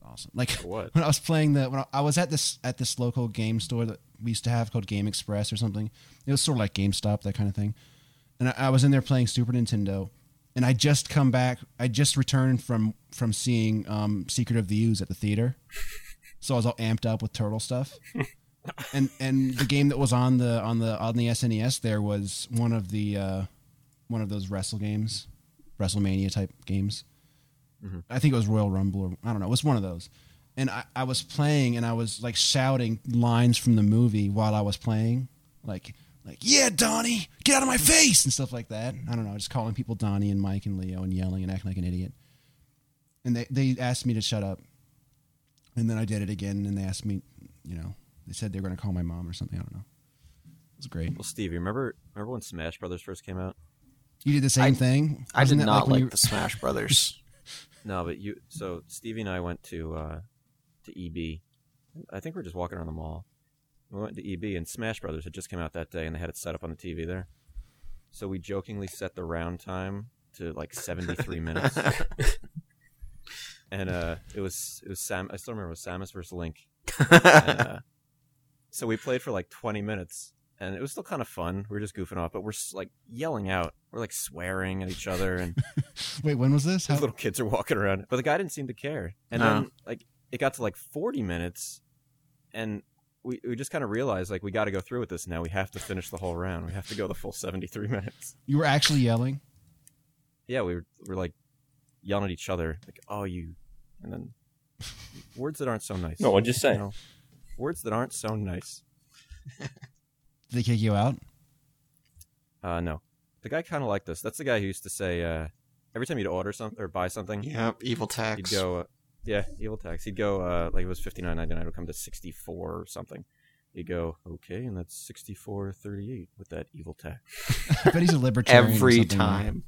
[SPEAKER 2] Awesome. Like
[SPEAKER 3] For what?
[SPEAKER 2] when I was playing the when I, I was at this at this local game store that we used to have called Game Express or something. It was sort of like GameStop, that kind of thing. And I, I was in there playing Super Nintendo, and I just come back. I just returned from from seeing um, Secret of the Ooze at the theater, so I was all amped up with turtle stuff. and and the game that was on the on the on the SNES there was one of the uh, one of those wrestle games, WrestleMania type games. I think it was Royal Rumble or I don't know. It was one of those. And I, I was playing and I was like shouting lines from the movie while I was playing. Like like, yeah, Donnie, get out of my face and stuff like that. I don't know, just calling people Donnie and Mike and Leo and yelling and acting like an idiot. And they, they asked me to shut up. And then I did it again and they asked me, you know, they said they were gonna call my mom or something, I don't know. was great.
[SPEAKER 3] Well, Stevie, remember remember when Smash Brothers first came out?
[SPEAKER 2] You did the same thing.
[SPEAKER 4] I did
[SPEAKER 2] Wasn't that
[SPEAKER 4] not
[SPEAKER 2] when
[SPEAKER 4] like
[SPEAKER 2] you-
[SPEAKER 4] the Smash
[SPEAKER 2] (laughs)
[SPEAKER 4] Brothers.
[SPEAKER 3] No, but you. So Stevie and I went to uh, to EB. I think we are just walking around the mall. We went to EB, and Smash Brothers had just come out that day, and they had it set up on the TV there. So we jokingly set the round time to like seventy
[SPEAKER 4] (laughs)
[SPEAKER 3] three minutes, and uh, it was it was Sam. I still remember it was Samus versus Link. And, uh, so we played for like 20 minutes and it was still kind of fun we were just goofing off but we're s- like yelling out we're like swearing at each other and
[SPEAKER 2] Wait, when was this?
[SPEAKER 3] these
[SPEAKER 2] How,
[SPEAKER 3] little kids are walking around but the guy didn't seem to care and
[SPEAKER 4] No.
[SPEAKER 3] then like it got to like 40 minutes and we, we just kind of realized like we got to go through with this now we have to finish the whole round we have to go the full 73 (laughs) minutes
[SPEAKER 2] you were actually yelling.
[SPEAKER 3] yeah we were, we were like yelling at each other like oh you and then words that aren't so nice
[SPEAKER 1] No, I'm just
[SPEAKER 3] you
[SPEAKER 1] saying.
[SPEAKER 3] know? words that aren't so nice
[SPEAKER 2] Did they kick you out?
[SPEAKER 3] Uh, no, the guy kind of liked us. That's the guy who used to say uh, every time you'd order something or buy something,
[SPEAKER 4] yep, evil
[SPEAKER 3] he'd
[SPEAKER 4] tax.
[SPEAKER 3] go, uh, "Yeah, evil tax." He'd go uh, like it was fifty nine ninety nine. It would come to sixty four or something. He'd go, "Okay, and that's sixty four thirty eight with that evil tax."
[SPEAKER 2] I
[SPEAKER 4] (laughs)
[SPEAKER 2] bet he's a libertarian. or
[SPEAKER 4] Every
[SPEAKER 2] something, right?
[SPEAKER 4] time.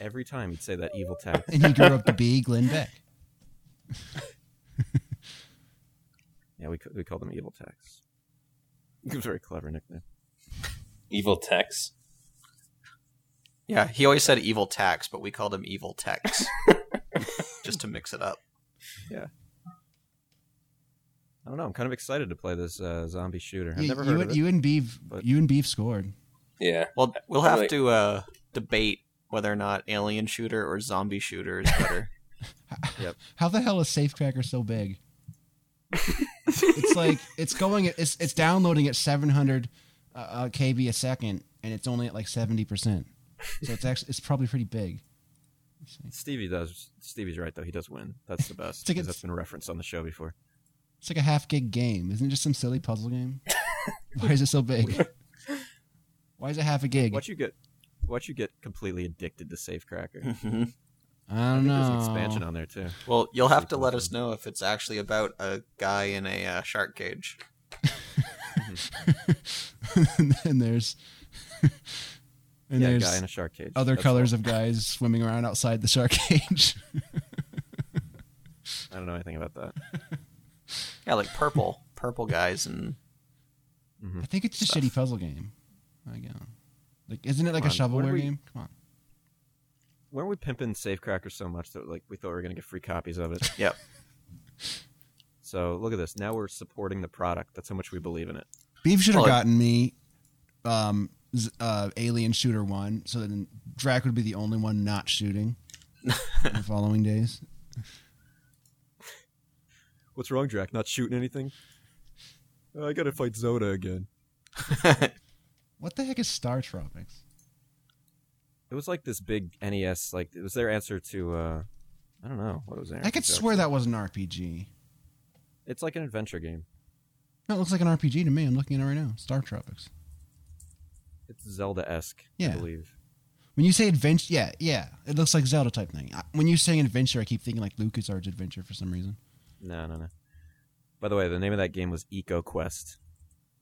[SPEAKER 3] Every time he'd say that evil tax.
[SPEAKER 2] And he grew up to be Glenn Beck.
[SPEAKER 3] yeah, we ca- we called him evil tax. It was a very clever nickname.
[SPEAKER 1] Evil Tex.
[SPEAKER 4] Yeah, he always said evil tax, but we called him evil tax. Just to mix it up.
[SPEAKER 3] I don't know. I'm kind of excited to play this uh, zombie shooter. I've
[SPEAKER 2] You,
[SPEAKER 3] never
[SPEAKER 2] you
[SPEAKER 3] heard
[SPEAKER 2] and-
[SPEAKER 3] of it.
[SPEAKER 2] you and Beef,
[SPEAKER 3] but-
[SPEAKER 2] you and Beef scored.
[SPEAKER 1] Yeah.
[SPEAKER 4] Well, we'll
[SPEAKER 1] I
[SPEAKER 4] have
[SPEAKER 1] like-
[SPEAKER 4] to uh, debate whether or not alien shooter or zombie shooter is better. (laughs)
[SPEAKER 2] How the hell is Safecracker so big? it's like it's going it's it's downloading at 700 uh, uh, KB a second, and it's only at like 70 percent. So it's actually it's probably pretty big.
[SPEAKER 3] Stevie does. Stevie's right though. He does win. That's the best.
[SPEAKER 2] It's like
[SPEAKER 3] 'cause
[SPEAKER 2] it's-
[SPEAKER 3] that's been referenced on the show before.
[SPEAKER 2] It's like a half gig game, isn't it? Just some silly puzzle game. Why is it so big? Why is it half a gig?
[SPEAKER 3] What you get? What you get completely addicted to
[SPEAKER 4] Hmm.
[SPEAKER 3] Safecracker?
[SPEAKER 2] I don't know.
[SPEAKER 3] There's an expansion on there too.
[SPEAKER 4] Well, you'll have to let us know if it's actually about a guy in a uh, shark cage.
[SPEAKER 2] (laughs) and then there's and
[SPEAKER 3] yeah, a
[SPEAKER 2] there's
[SPEAKER 3] guy in a shark cage.
[SPEAKER 2] other
[SPEAKER 3] That's
[SPEAKER 2] colors of guys swimming around outside the shark cage.
[SPEAKER 3] all. I don't know anything about that.
[SPEAKER 4] Yeah, like purple, purple guys, and
[SPEAKER 2] (laughs) I think it's just a shitty puzzle game. Like, yeah. like isn't it like a
[SPEAKER 3] Come on, what
[SPEAKER 2] shovelware
[SPEAKER 3] are we-
[SPEAKER 2] game? Come on.
[SPEAKER 3] Weren't we pimping Safecracker so much that like we thought we were gonna get free copies of it?
[SPEAKER 4] yep.
[SPEAKER 3] So look at this. Now we're supporting the product. That's how much we believe in it.
[SPEAKER 2] Beef should have
[SPEAKER 4] Well, it-
[SPEAKER 2] gotten me um z- uh Alien Shooter 1 so then Drac would be the only one
[SPEAKER 3] (laughs)
[SPEAKER 2] not shooting in the following days.
[SPEAKER 3] What's wrong, Drac? Not shooting anything? Oh, I gotta fight Zoda again.
[SPEAKER 2] What the heck is Star Tropics?
[SPEAKER 3] It was like this big NES. Like it was their answer to. uh I don't know what it was there.
[SPEAKER 2] I could swear that was an RPG.
[SPEAKER 3] it's like an adventure game.
[SPEAKER 2] No, it looks like an RPG to me. I'm looking at it right now. Star Tropics.
[SPEAKER 3] It's Zelda esque,
[SPEAKER 2] Yeah.
[SPEAKER 3] I believe.
[SPEAKER 2] When you say adventure, yeah, yeah, it looks like Zelda type thing. I- When you say adventure, I keep thinking like LucasArts adventure for some reason.
[SPEAKER 3] No, no, no. By the way, the name of that game was Eco Quest.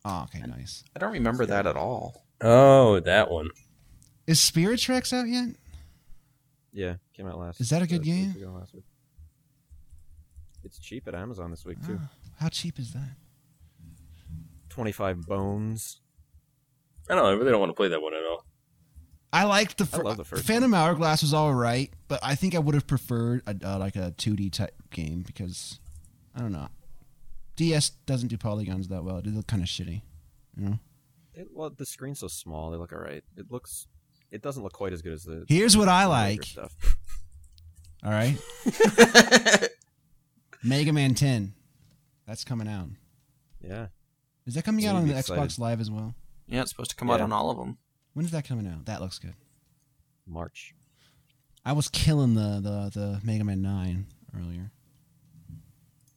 [SPEAKER 2] Oh, okay, nice.
[SPEAKER 4] I don't remember that at all.
[SPEAKER 1] Oh, that one.
[SPEAKER 2] Is Spirit Tracks out yet?
[SPEAKER 3] Yeah, came out last.
[SPEAKER 2] Is that a good
[SPEAKER 3] uh, two weeks
[SPEAKER 2] game?
[SPEAKER 3] ago, last week. It's cheap at Amazon this week too.
[SPEAKER 2] Oh, how cheap is that?
[SPEAKER 3] Twenty-five bones.
[SPEAKER 1] I don't know. I really don't want to play that one at all.
[SPEAKER 2] I liked the, fir-
[SPEAKER 3] I love the first
[SPEAKER 2] Phantom Hourglass was all right, but I think I would have preferred a, uh, like a 2D type game because I don't know. DS doesn't do polygons that well. It look kind of shitty. You know?
[SPEAKER 3] It, well, the screen's so small; they look alright. It looks. It doesn't look quite as good as the.
[SPEAKER 2] Here's what I
[SPEAKER 3] the
[SPEAKER 2] like.
[SPEAKER 3] later Stuff. (laughs)
[SPEAKER 2] All right, Mega Man 10. That's coming out.
[SPEAKER 3] Yeah,
[SPEAKER 2] Is that coming
[SPEAKER 3] Yeah,
[SPEAKER 2] out
[SPEAKER 3] you'd
[SPEAKER 2] on
[SPEAKER 3] be
[SPEAKER 2] the Xbox
[SPEAKER 3] excited.
[SPEAKER 2] Live as well?
[SPEAKER 4] yeah, it's supposed to come out
[SPEAKER 3] Yeah.
[SPEAKER 4] on all of them.
[SPEAKER 2] When is that coming out? That looks good.
[SPEAKER 3] March.
[SPEAKER 2] I was killing the the, the Mega Man 9 earlier.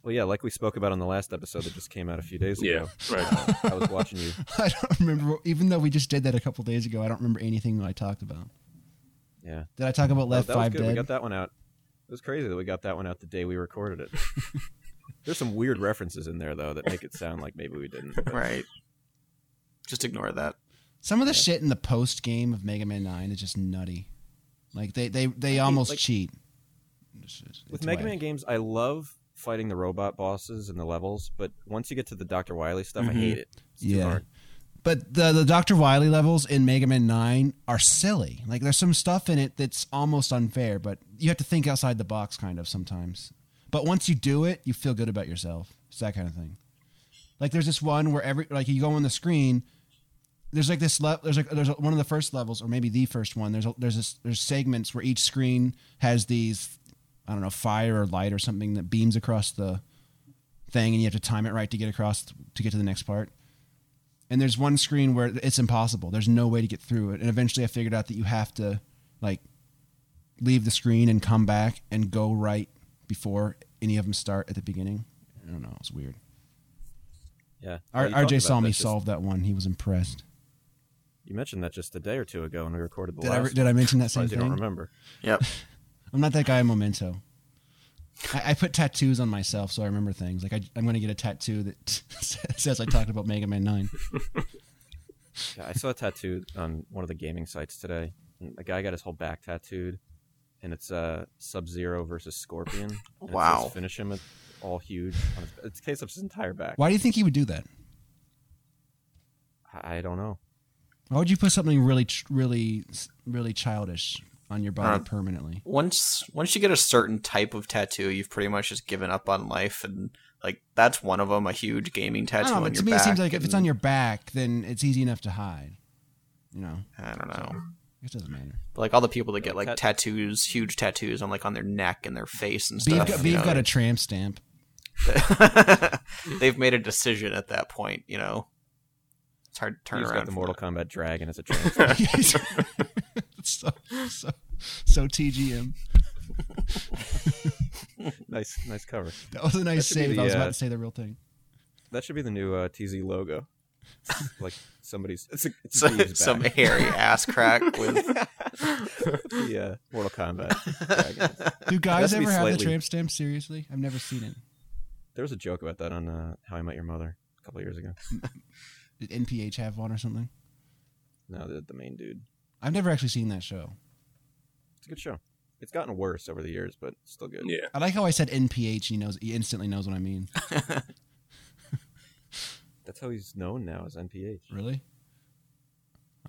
[SPEAKER 3] Well, yeah, like we spoke about on the last episode that just came out a few days
[SPEAKER 1] Yeah.
[SPEAKER 3] ago. (laughs)
[SPEAKER 1] Right.
[SPEAKER 3] I was watching you.
[SPEAKER 2] (laughs) I don't remember, even though we just did that a couple days ago, I don't remember anything that I talked about.
[SPEAKER 3] Yeah,
[SPEAKER 2] Did I talk about Left
[SPEAKER 3] Oh, that
[SPEAKER 2] 5
[SPEAKER 3] was good. We
[SPEAKER 2] Dead?
[SPEAKER 3] got that one out. It was crazy that we got that one out the day we recorded
[SPEAKER 2] (laughs)
[SPEAKER 3] it. There's some
[SPEAKER 2] (laughs)
[SPEAKER 3] weird references in there though that make it sound like maybe we didn't. but-
[SPEAKER 4] Right. Just ignore that.
[SPEAKER 2] Some of the shit in the post game of Mega Man Nine is just nutty. Like they they they
[SPEAKER 3] I mean,
[SPEAKER 2] almost
[SPEAKER 3] like-
[SPEAKER 2] cheat. It's just-
[SPEAKER 3] With
[SPEAKER 2] it's
[SPEAKER 3] Mega
[SPEAKER 2] whack.
[SPEAKER 3] Man games, I love fighting the robot bosses and the levels, but once you get to the Dr. Wily stuff, I hate it. It's too
[SPEAKER 2] Mm-hmm. Yeah.
[SPEAKER 3] hard.
[SPEAKER 2] But the the Dr. Wily levels in Mega Man 9 are silly. Like there's some stuff in it that's almost unfair, but you have to think outside the box kind of sometimes. But once you do it, you feel good about yourself. It's that kind of thing. Like there's this one where every like you go on the screen, there's like this le- there's like there's one of the first levels or maybe the first one. There's a, there's this there's segments where each screen has these I don't know, fire or light or something that beams across the thing and you have to time it right to get across to get to the next part and there's one screen where it's impossible. There's no way to get through it. And eventually I figured out that you have to like leave the screen and come back and go right before any of them start at the beginning. I don't know. It was weird.
[SPEAKER 3] Yeah.
[SPEAKER 2] R-
[SPEAKER 3] You talked
[SPEAKER 2] RJ saw
[SPEAKER 3] about
[SPEAKER 2] me
[SPEAKER 3] that just-
[SPEAKER 2] solve that one. He was impressed.
[SPEAKER 3] You mentioned that just a day or two ago when we recorded the
[SPEAKER 2] Did I,
[SPEAKER 3] last.
[SPEAKER 2] re- did I mention that same
[SPEAKER 3] Surprised you don't
[SPEAKER 2] thing?
[SPEAKER 3] remember.
[SPEAKER 4] Yep.
[SPEAKER 2] I'm not that guy in Memento. I, I put tattoos on myself so I remember things. Like I, I'm going to get a tattoo that (laughs) says I talked about Mega Man 9.
[SPEAKER 3] Yeah, I saw a tattoo on one of the gaming sites today. And a guy got his whole back tattooed, and it's uh, Sub Zero versus Scorpion. and it says,
[SPEAKER 4] Wow.
[SPEAKER 3] Finish him at all huge. On his, it's case of his entire back.
[SPEAKER 2] Why do you think he would do that?
[SPEAKER 3] I I don't know.
[SPEAKER 2] Why would you put something really, tr- really, really childish on your body
[SPEAKER 4] Uh,
[SPEAKER 2] permanently?
[SPEAKER 4] Once once you get a certain type of tattoo, you've pretty much just given up on life, and like that's one of them—a huge gaming
[SPEAKER 2] I
[SPEAKER 4] tattoo
[SPEAKER 2] don't know,
[SPEAKER 4] on
[SPEAKER 2] but
[SPEAKER 4] your
[SPEAKER 2] to me
[SPEAKER 4] back.
[SPEAKER 2] it seems like if it's on
[SPEAKER 4] and-
[SPEAKER 2] your back, then it's easy enough to hide. You know,
[SPEAKER 4] I don't know.
[SPEAKER 2] it doesn't matter.
[SPEAKER 4] But, like all the people that get like
[SPEAKER 3] Tat-
[SPEAKER 4] tattoos, huge tattoos on like on their neck and their face and
[SPEAKER 2] Beef
[SPEAKER 4] stuff.
[SPEAKER 2] got,
[SPEAKER 4] you
[SPEAKER 2] Beef
[SPEAKER 4] know,
[SPEAKER 2] got a
[SPEAKER 4] (laughs)
[SPEAKER 2] tramp stamp. (laughs)
[SPEAKER 4] they've made a decision at that point. You know, it's hard to turn
[SPEAKER 3] He's
[SPEAKER 4] around.
[SPEAKER 3] got the
[SPEAKER 4] from
[SPEAKER 3] Mortal
[SPEAKER 4] that.
[SPEAKER 3] Kombat dragon as a transfer.
[SPEAKER 2] It's so, so, so TGM.
[SPEAKER 3] nice, nice cover.
[SPEAKER 2] That was a nice
[SPEAKER 3] That should be
[SPEAKER 2] save.
[SPEAKER 3] the,
[SPEAKER 2] I was
[SPEAKER 3] uh,
[SPEAKER 2] about to say the real thing.
[SPEAKER 3] That should be the new uh,
[SPEAKER 4] (laughs)
[SPEAKER 3] TZ logo. like somebody's. It's a, it's
[SPEAKER 4] (laughs)
[SPEAKER 3] a
[SPEAKER 4] So-
[SPEAKER 3] dude's
[SPEAKER 4] some
[SPEAKER 3] back.
[SPEAKER 4] hairy ass
[SPEAKER 3] (laughs)
[SPEAKER 4] crack with
[SPEAKER 3] the uh, Mortal Kombat.
[SPEAKER 4] (laughs)
[SPEAKER 3] dragon.
[SPEAKER 2] Do guys
[SPEAKER 3] should be
[SPEAKER 2] ever have the
[SPEAKER 3] slightly-
[SPEAKER 2] tramp stamp? Seriously, I've never seen it.
[SPEAKER 3] There was a joke about that on uh, How I Met Your Mother a couple years ago.
[SPEAKER 2] Did NPH have one or something?
[SPEAKER 3] No, the, the main dude.
[SPEAKER 2] I've never actually seen that show.
[SPEAKER 3] It's a good show. It's gotten worse over the years, but still good.
[SPEAKER 1] Yeah.
[SPEAKER 2] I like how I said NPH. He knows. He instantly knows what
[SPEAKER 4] (laughs)
[SPEAKER 2] I mean.
[SPEAKER 3] That's how he's known now as NPH.
[SPEAKER 2] Really?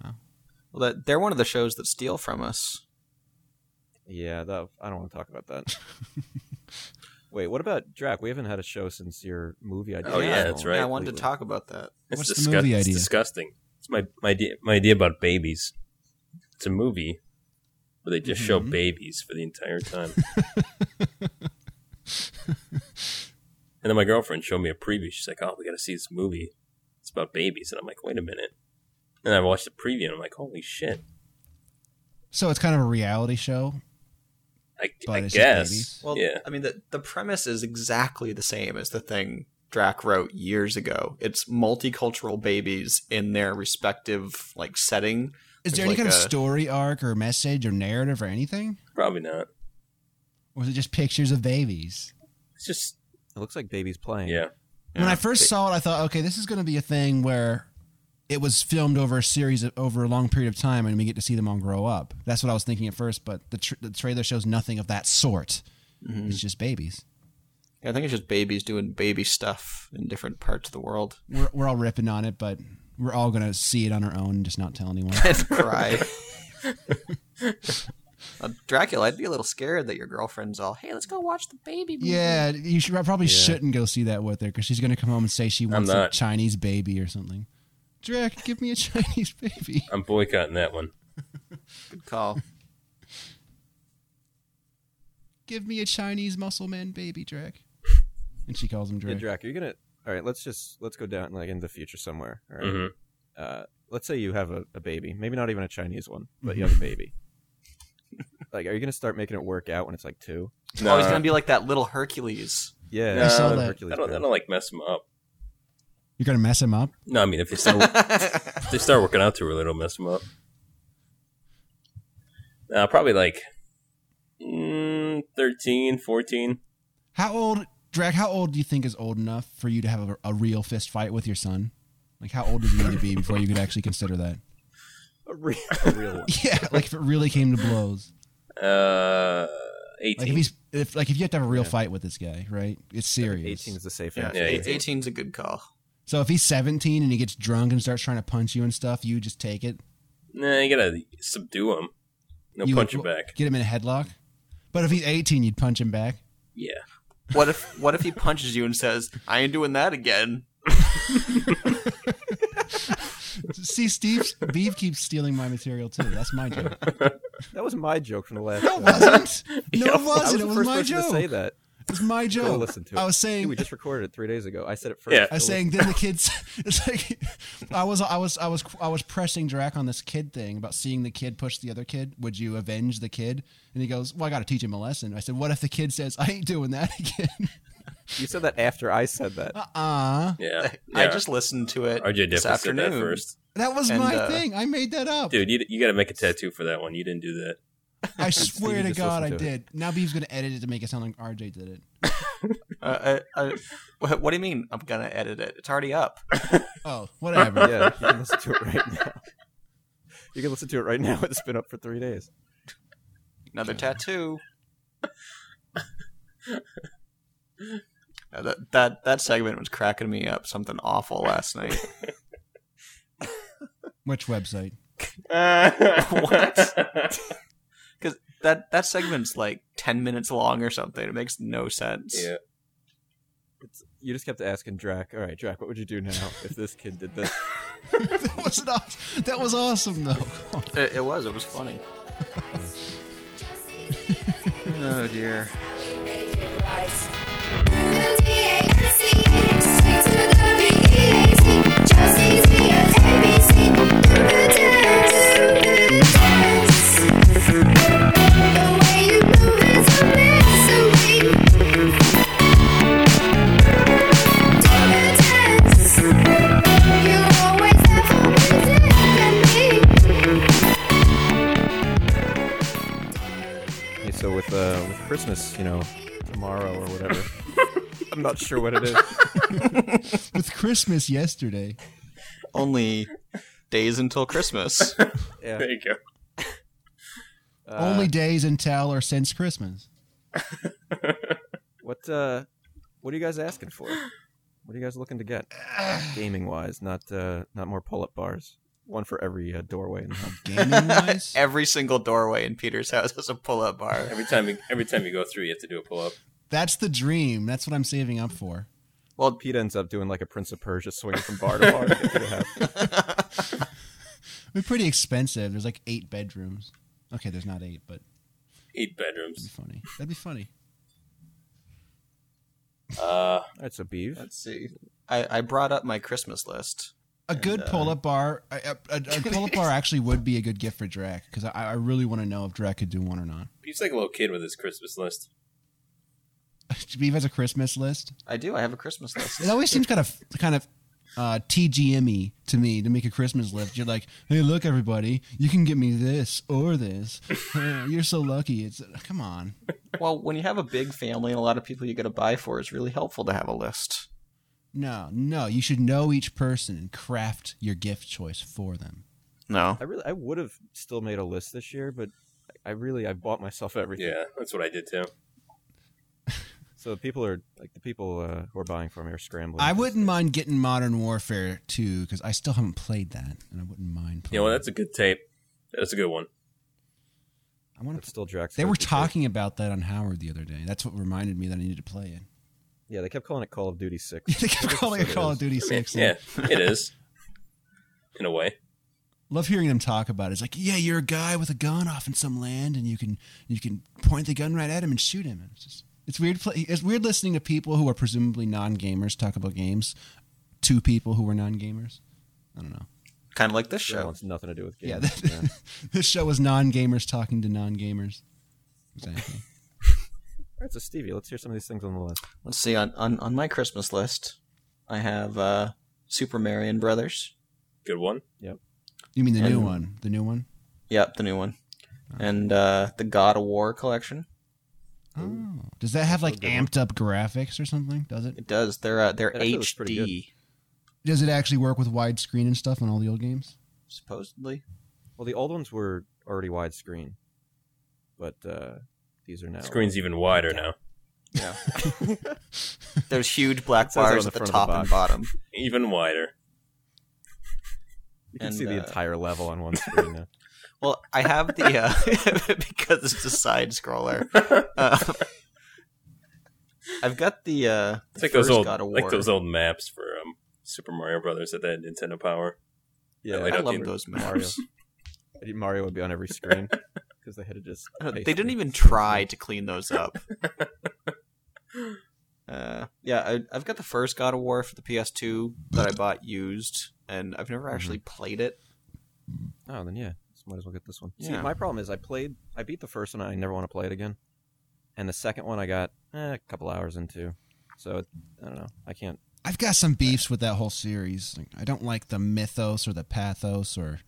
[SPEAKER 4] well, that they're one of the shows that steal from us.
[SPEAKER 3] Yeah, that, I don't want to talk about that. Wait, what about Drac? We haven't had a show since your movie idea.
[SPEAKER 1] Oh, yeah, that's right.
[SPEAKER 4] I wanted to talk about that.
[SPEAKER 1] It's
[SPEAKER 2] What's the movie
[SPEAKER 1] It's
[SPEAKER 2] idea?
[SPEAKER 1] disgusting. It's my my idea, my idea about babies. It's a movie where they just show
[SPEAKER 2] Mhm.
[SPEAKER 1] babies for the entire time. (laughs) and then my girlfriend showed me a preview. She's like, "Oh, we got to see this movie. It's about babies." And I'm like, "Wait a minute." And I watched the preview, and I'm like, "Holy shit!"
[SPEAKER 2] So it's kind of a reality show.
[SPEAKER 1] I,
[SPEAKER 2] But
[SPEAKER 1] I
[SPEAKER 2] it's just
[SPEAKER 1] guess.
[SPEAKER 2] babies?
[SPEAKER 4] Well,
[SPEAKER 1] yeah.
[SPEAKER 4] I mean, the, the premise is exactly the same as the thing Drac wrote years ago. It's multicultural babies in their respective like setting.
[SPEAKER 2] Is
[SPEAKER 4] There's
[SPEAKER 2] there any
[SPEAKER 4] like
[SPEAKER 2] kind of
[SPEAKER 4] a-
[SPEAKER 2] story arc or message or narrative or anything?
[SPEAKER 1] Probably not.
[SPEAKER 2] Or is it just pictures of babies?
[SPEAKER 1] It's just
[SPEAKER 3] It looks like babies playing.
[SPEAKER 1] yeah.
[SPEAKER 2] When
[SPEAKER 4] Yeah.
[SPEAKER 2] I first saw it, I thought, okay, this is going to be a thing where it was filmed over a series of, over a long period of time, and we get to see them all grow up. That's what I was thinking at first, but the, tr the trailer shows nothing of that sort.
[SPEAKER 4] Mm-hmm.
[SPEAKER 2] It's just babies.
[SPEAKER 4] I think it's just babies doing baby stuff in different parts of
[SPEAKER 1] (laughs)
[SPEAKER 4] the world
[SPEAKER 2] We're we're all ripping on it, but we're all going to see it on our own and just not tell anyone.
[SPEAKER 4] and cry. (laughs) Uh, Dracula, I'd be a little scared that your girlfriend's all, "Hey, let's go watch the baby." movie."
[SPEAKER 2] yeah, you should, I probably shouldn't go see that with her because she's going to come home and say she wants a
[SPEAKER 1] not.
[SPEAKER 2] Chinese baby or something. Drek, give me a (laughs) Chinese baby.
[SPEAKER 1] I'm boycotting that one.
[SPEAKER 4] good call.
[SPEAKER 2] give me a Chinese muscle man baby Drek. (laughs) And she calls him
[SPEAKER 3] Yeah,
[SPEAKER 2] Drek.
[SPEAKER 3] Drac, you're gonna. All right, let's just let's go down like in the future somewhere. All right?
[SPEAKER 1] Mhm.
[SPEAKER 3] Uh, let's say you have a, a baby, maybe not even a Chinese one, but you have a baby. like, are you gonna start making it work out when it's like two?
[SPEAKER 4] It's always gonna be like that little Hercules.
[SPEAKER 3] Yeah,
[SPEAKER 1] No, I saw
[SPEAKER 3] little
[SPEAKER 2] that.
[SPEAKER 3] Hercules
[SPEAKER 1] I don't. I
[SPEAKER 3] girl.
[SPEAKER 1] don't like mess them up.
[SPEAKER 2] You're gonna mess him up?
[SPEAKER 1] No, I mean if they start
[SPEAKER 2] (laughs)
[SPEAKER 4] (laughs)
[SPEAKER 1] if they start working out too early, it'll mess them up. Uh, probably like mm, 13, 14.
[SPEAKER 2] How old Drek, how old do you think is old enough for you to have a, a real fist fight with your son? Like how old does he need to be before you could actually consider that?
[SPEAKER 3] A real, a real one.
[SPEAKER 2] (laughs) Yeah, (laughs) like if it really came to blows.
[SPEAKER 1] Uh,
[SPEAKER 2] Like
[SPEAKER 1] 18.
[SPEAKER 2] if he's if like if you have to have a real
[SPEAKER 3] Yeah.
[SPEAKER 2] fight with this guy, right? It's serious.
[SPEAKER 3] 18 is the safe
[SPEAKER 4] Yeah,
[SPEAKER 3] answer.
[SPEAKER 1] Yeah,
[SPEAKER 4] eight-
[SPEAKER 1] yeah.
[SPEAKER 4] 18's a good call.
[SPEAKER 2] So if he's 17 and he gets drunk and starts trying to punch you and stuff, you just take it.
[SPEAKER 1] nah, you gotta subdue him. No
[SPEAKER 2] you
[SPEAKER 1] punch
[SPEAKER 2] would
[SPEAKER 1] him back.
[SPEAKER 2] Get him in a headlock. But if he's 18, you'd punch him back.
[SPEAKER 1] Yeah.
[SPEAKER 4] What if what if he punches you and says, "I ain't doing that again"?
[SPEAKER 2] See, Steve, Beeve keeps stealing my material too. That's my joke.
[SPEAKER 3] That was my joke from the last. show.
[SPEAKER 2] No, it
[SPEAKER 3] (laughs)
[SPEAKER 2] wasn't. No,
[SPEAKER 1] Yeah,
[SPEAKER 2] it
[SPEAKER 3] I was
[SPEAKER 2] wasn't.
[SPEAKER 3] the
[SPEAKER 2] It
[SPEAKER 3] first
[SPEAKER 2] was my
[SPEAKER 3] person to say
[SPEAKER 2] joke.
[SPEAKER 3] that.
[SPEAKER 2] It was my joke.
[SPEAKER 3] listen to
[SPEAKER 2] I
[SPEAKER 3] it.
[SPEAKER 2] was saying.
[SPEAKER 3] Dude, we just recorded it three days ago. I said it first.
[SPEAKER 1] Yeah.
[SPEAKER 2] I was saying then the kids (laughs) it's
[SPEAKER 3] (laughs)
[SPEAKER 2] like I was I was I was I was pressing Drac on this kid thing about seeing the kid push the other kid. Would you avenge the kid? And he goes, Well, I gotta teach him a lesson. I said, What if the kid says, I ain't doing that (laughs) again?
[SPEAKER 3] you said that after I said that.
[SPEAKER 2] (laughs) Uh uh
[SPEAKER 1] (laughs) Yeah.
[SPEAKER 4] I
[SPEAKER 1] yeah.
[SPEAKER 4] just listened to it
[SPEAKER 1] RJ Diffin
[SPEAKER 4] this
[SPEAKER 1] said
[SPEAKER 4] afternoon.
[SPEAKER 1] that first.
[SPEAKER 2] That was
[SPEAKER 4] And,
[SPEAKER 2] my
[SPEAKER 4] uh,
[SPEAKER 2] thing. I made that up.
[SPEAKER 1] Dude, you, you gotta make a tattoo for that one. You didn't do that.
[SPEAKER 3] (laughs)
[SPEAKER 2] I swear to
[SPEAKER 3] just
[SPEAKER 2] God I
[SPEAKER 3] listened to
[SPEAKER 2] did. Now Beeves gonna edit it to make it sound like RJ did it.
[SPEAKER 4] Uh, I, I, what, what do you mean? I'm gonna edit it. It's already up.
[SPEAKER 3] (laughs)
[SPEAKER 2] Oh, whatever.
[SPEAKER 3] yeah, you can listen to it right now. You can listen to it right now. It's been up for three days.
[SPEAKER 4] Another tattoo. Uh, that, that that segment was cracking me up. Something awful last night.
[SPEAKER 2] Which website?
[SPEAKER 1] (laughs)
[SPEAKER 2] (laughs)
[SPEAKER 1] what?
[SPEAKER 4] That that segment's like ten minutes long or something. It makes no sense.
[SPEAKER 1] (laughs) Yeah.
[SPEAKER 3] It's, you just kept asking Drac. All right, Drac, what would you do now if this kid did this?
[SPEAKER 2] that was not, that was awesome though. (laughs)
[SPEAKER 4] It, it was. It was funny. oh dear.
[SPEAKER 3] Yeah, so with uh, with Christmas, you know, tomorrow or whatever. I'm not sure what it is.
[SPEAKER 2] With Christmas yesterday.
[SPEAKER 4] Only days until Christmas.
[SPEAKER 1] (laughs)
[SPEAKER 3] Yeah,
[SPEAKER 1] There you go.
[SPEAKER 3] uh,
[SPEAKER 2] Only days until or since Christmas.
[SPEAKER 3] what uh, what are you guys asking for? What are you guys looking to
[SPEAKER 2] (sighs)
[SPEAKER 3] get, gaming wise? Not uh, not more pull up bars. One for every uh, doorway in the house.
[SPEAKER 2] Gaming wise?
[SPEAKER 4] (laughs) Every single doorway in Peter's house has a pull-up bar.
[SPEAKER 1] Every time you every time you go through, you have to do a pull up.
[SPEAKER 2] That's the dream. That's what I'm saving up for.
[SPEAKER 4] Well,
[SPEAKER 3] Pete ends up doing like a Prince of Persia, swinging from bar to bar. to get to the
[SPEAKER 2] (laughs)
[SPEAKER 3] house.
[SPEAKER 2] They're pretty expensive. There's like eight bedrooms. Okay, there's not eight, but
[SPEAKER 1] Eight
[SPEAKER 2] that'd
[SPEAKER 1] bedrooms.
[SPEAKER 2] be funny. That'd be funny.
[SPEAKER 1] Uh,
[SPEAKER 3] All right, so beef.
[SPEAKER 4] let's see. I, I brought up my Christmas list.
[SPEAKER 2] A good
[SPEAKER 4] uh,
[SPEAKER 2] pull-up bar. A, a, a,
[SPEAKER 4] (laughs)
[SPEAKER 2] a pull-up bar actually would be a good gift for Drac because I, I really want to know if Drac could do one or not. (laughs)
[SPEAKER 1] he's like a little kid with his Christmas list.
[SPEAKER 2] Beef has a Christmas list.
[SPEAKER 4] I do. I have a Christmas
[SPEAKER 3] (laughs)
[SPEAKER 4] list.
[SPEAKER 2] It always seems kind of kind of uh, TGME to me to make a Christmas list. You're like, hey, look, everybody, you can get me this or this. (laughs) Uh, You're so lucky. It's uh, come on.
[SPEAKER 4] Well, when you have a big family and a lot of people you got to buy for, it's really helpful to have a list.
[SPEAKER 2] No, no, you should know each person and craft your gift choice for them.
[SPEAKER 4] No.
[SPEAKER 3] I really, I would have still made a list this year, but I really, I bought myself everything.
[SPEAKER 1] Yeah, that's what I did too.
[SPEAKER 3] So the people are like the people uh, who are buying for me are scrambling.
[SPEAKER 2] I wouldn't mind getting Modern Warfare 2 because I still haven't played that, and I wouldn't mind. Playing
[SPEAKER 1] You know, well, that's a good tape. That's a good one.
[SPEAKER 2] I want
[SPEAKER 3] It's
[SPEAKER 2] to.
[SPEAKER 3] still Jackson.
[SPEAKER 2] They were talking about that on Howard the other day. That's what reminded me that I needed to play it. (laughs)
[SPEAKER 3] Yeah, they kept calling it Call of Duty Six.
[SPEAKER 2] they kept calling it
[SPEAKER 3] it
[SPEAKER 2] Call of
[SPEAKER 3] is.
[SPEAKER 2] Duty
[SPEAKER 1] I mean,
[SPEAKER 2] 6.
[SPEAKER 1] yeah, it is. (laughs) In a way.
[SPEAKER 2] Love hearing them talk about it. It's like, yeah, you're a guy with a gun off in some land, and you can you can point the gun right at him and shoot him. And It's just it's weird. Play, it's weird listening to people who are presumably non-gamers talk about games to people who were non-gamers. I don't know.
[SPEAKER 4] Kind of like this
[SPEAKER 3] That
[SPEAKER 4] show.
[SPEAKER 3] wants nothing to do with games.
[SPEAKER 2] Yeah, that- (laughs) this show is non-gamers talking to non-gamers. Exactly.
[SPEAKER 3] All right, so Stevie, let's hear some of these things on the list.
[SPEAKER 4] Let's see. On, on, on my Christmas list, I have uh, Super Marion Brothers.
[SPEAKER 1] Good one.
[SPEAKER 2] You mean the new
[SPEAKER 4] And-
[SPEAKER 2] one? The new one?
[SPEAKER 4] Yep, the new one. And uh, the God of War collection.
[SPEAKER 2] Oh. Does that have like
[SPEAKER 3] a good one.
[SPEAKER 2] amped up graphics or something? Does it?
[SPEAKER 4] It does. They're uh, they're
[SPEAKER 3] It actually looks pretty
[SPEAKER 4] HD
[SPEAKER 2] Does it actually work with widescreen and stuff on all the old games?
[SPEAKER 4] supposedly.
[SPEAKER 3] Well, the old ones were already widescreen, but uh, these are now
[SPEAKER 1] Screen's even wider now.
[SPEAKER 4] Yeah. There's huge black
[SPEAKER 3] (laughs) It says it
[SPEAKER 4] bars
[SPEAKER 3] on
[SPEAKER 4] at the
[SPEAKER 3] the front
[SPEAKER 4] top
[SPEAKER 3] of
[SPEAKER 4] and
[SPEAKER 3] the
[SPEAKER 4] bottom.
[SPEAKER 1] Even wider.
[SPEAKER 3] You can
[SPEAKER 4] and,
[SPEAKER 3] see the
[SPEAKER 4] uh,
[SPEAKER 3] entire level on one screen now.
[SPEAKER 4] Well, I have the uh, (laughs) because it's a
[SPEAKER 1] (laughs)
[SPEAKER 4] side scroller. Uh, I've got the uh,
[SPEAKER 1] It's like those
[SPEAKER 4] first
[SPEAKER 1] old
[SPEAKER 4] God of
[SPEAKER 1] like
[SPEAKER 4] War.
[SPEAKER 1] those old maps for um, Super Mario Brothers at that Nintendo Power.
[SPEAKER 3] Yeah,
[SPEAKER 1] laid
[SPEAKER 4] I
[SPEAKER 1] out the
[SPEAKER 4] love
[SPEAKER 1] inter-
[SPEAKER 4] those
[SPEAKER 3] Mario.
[SPEAKER 4] maps.
[SPEAKER 3] (laughs) I think Mario would be on
[SPEAKER 4] (laughs)
[SPEAKER 3] every screen because they had to just.
[SPEAKER 4] I don't-
[SPEAKER 3] paste
[SPEAKER 4] Uh, Oh, They didn't
[SPEAKER 3] it.
[SPEAKER 4] even try to clean
[SPEAKER 1] (laughs)
[SPEAKER 4] those up. Uh, yeah, I, I've got the first God of War for the PS2 that I bought used, and I've never actually played it.
[SPEAKER 3] Oh, then yeah, just might as well get this one. See,
[SPEAKER 4] Yeah.
[SPEAKER 3] my problem is I played, I beat the first one, I never want to play it again, and the second one I got eh, a couple hours into, so it, I don't know, I can't. (laughs)
[SPEAKER 2] I've got some beefs with that whole series. Like, I don't like the mythos or the pathos or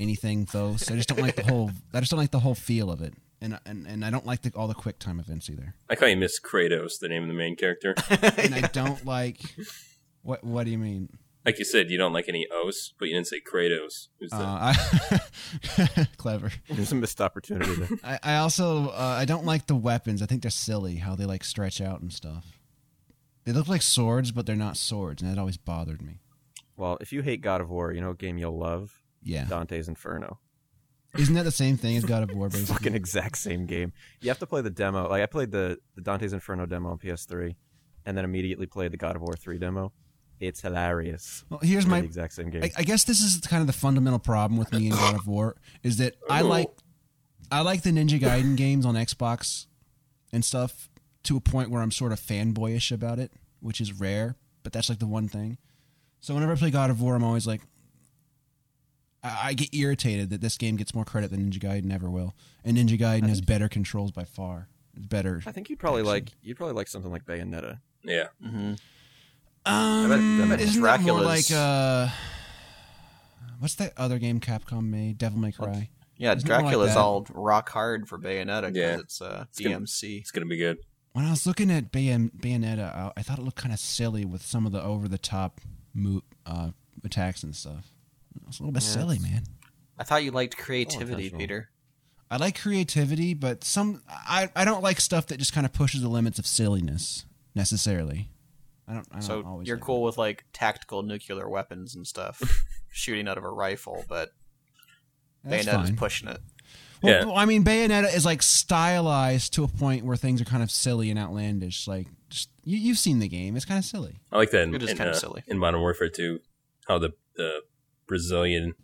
[SPEAKER 2] anything thos. I just don't (laughs) like the whole. I just don't like the whole feel of it, and and, and I don't like the, all the quick time events (laughs) either.
[SPEAKER 1] I call you Miss Kratos, the name of the main
[SPEAKER 4] (laughs)
[SPEAKER 1] character.
[SPEAKER 2] And I don't like. What What do you mean?
[SPEAKER 1] like you said, you don't like any O's, but you didn't say Kratos. Who's the,
[SPEAKER 2] Uh, I, (laughs) clever.
[SPEAKER 3] There's a missed opportunity
[SPEAKER 4] (laughs)
[SPEAKER 3] there.
[SPEAKER 2] I, I also uh, I don't like the weapons. I think they're silly how they like stretch out and stuff. They look like swords, but they're not swords, and that always bothered me.
[SPEAKER 3] Well, if you hate God of War, you know what game you'll love?
[SPEAKER 2] Yeah,
[SPEAKER 3] Dante's Inferno.
[SPEAKER 2] isn't that the same thing as God of War?
[SPEAKER 4] (laughs)
[SPEAKER 2] Basically,
[SPEAKER 3] Fucking exact same game. You have to play the demo. Like I played the, the Dante's Inferno demo on PS3, and then immediately played the God of War 3 demo. It's hilarious.
[SPEAKER 2] well, here's
[SPEAKER 3] It's
[SPEAKER 2] my
[SPEAKER 3] the exact same game.
[SPEAKER 2] I, I guess this is kind of the fundamental problem with me and God of War is that I
[SPEAKER 1] Ooh.
[SPEAKER 2] like I like the Ninja Gaiden games on Xbox and stuff to a point where I'm sort of fanboyish about it, which is rare, but that's like the one thing. So whenever I play God of War, I'm always like I, I get irritated that this game gets more credit than Ninja Gaiden ever will, and Ninja Gaiden has better controls by far. It's better.
[SPEAKER 3] I think you'd probably
[SPEAKER 2] Actually.
[SPEAKER 3] like you'd probably like something like Bayonetta.
[SPEAKER 1] yeah.
[SPEAKER 4] hmm
[SPEAKER 2] Um,
[SPEAKER 4] bet
[SPEAKER 2] isn't that more
[SPEAKER 4] Dracula's-
[SPEAKER 2] like uh, what's that other game Capcom made? Devil May Cry.
[SPEAKER 4] Yeah,
[SPEAKER 2] It's not like
[SPEAKER 4] Dracula's
[SPEAKER 2] that.
[SPEAKER 4] all rock hard for Bayonetta because
[SPEAKER 1] Yeah.
[SPEAKER 4] it's uh,
[SPEAKER 1] gonna-
[SPEAKER 4] DMC.
[SPEAKER 1] It's gonna be good.
[SPEAKER 2] When I was looking at Bayon- Bayonetta, I, I thought it looked kind of silly with some of the over the top mo- uh, attacks and stuff. It was a little bit
[SPEAKER 3] Yeah,
[SPEAKER 2] silly,
[SPEAKER 3] it's-
[SPEAKER 2] man.
[SPEAKER 4] I thought you liked creativity,
[SPEAKER 3] intentional.
[SPEAKER 4] Peter.
[SPEAKER 2] I like creativity, but some I, I don't like stuff that just kind of pushes the limits of silliness necessarily. I don't. I don't
[SPEAKER 4] So
[SPEAKER 2] always
[SPEAKER 4] you're
[SPEAKER 2] like
[SPEAKER 4] cool with like tactical nuclear weapons and
[SPEAKER 2] (laughs)
[SPEAKER 4] stuff, shooting out of a rifle, but
[SPEAKER 2] that. That's
[SPEAKER 4] Bayonetta's
[SPEAKER 2] fine.
[SPEAKER 4] pushing it.
[SPEAKER 2] Well,
[SPEAKER 1] Yeah.
[SPEAKER 2] well, I mean, Bayonetta is like stylized to a point where things are kind of silly and outlandish. Like just, you, you've seen the game; it's kind of silly.
[SPEAKER 1] I like that in,
[SPEAKER 4] It is
[SPEAKER 1] in,
[SPEAKER 4] kinda
[SPEAKER 1] uh,
[SPEAKER 4] silly.
[SPEAKER 1] in Modern Warfare 2, how the, the Brazilian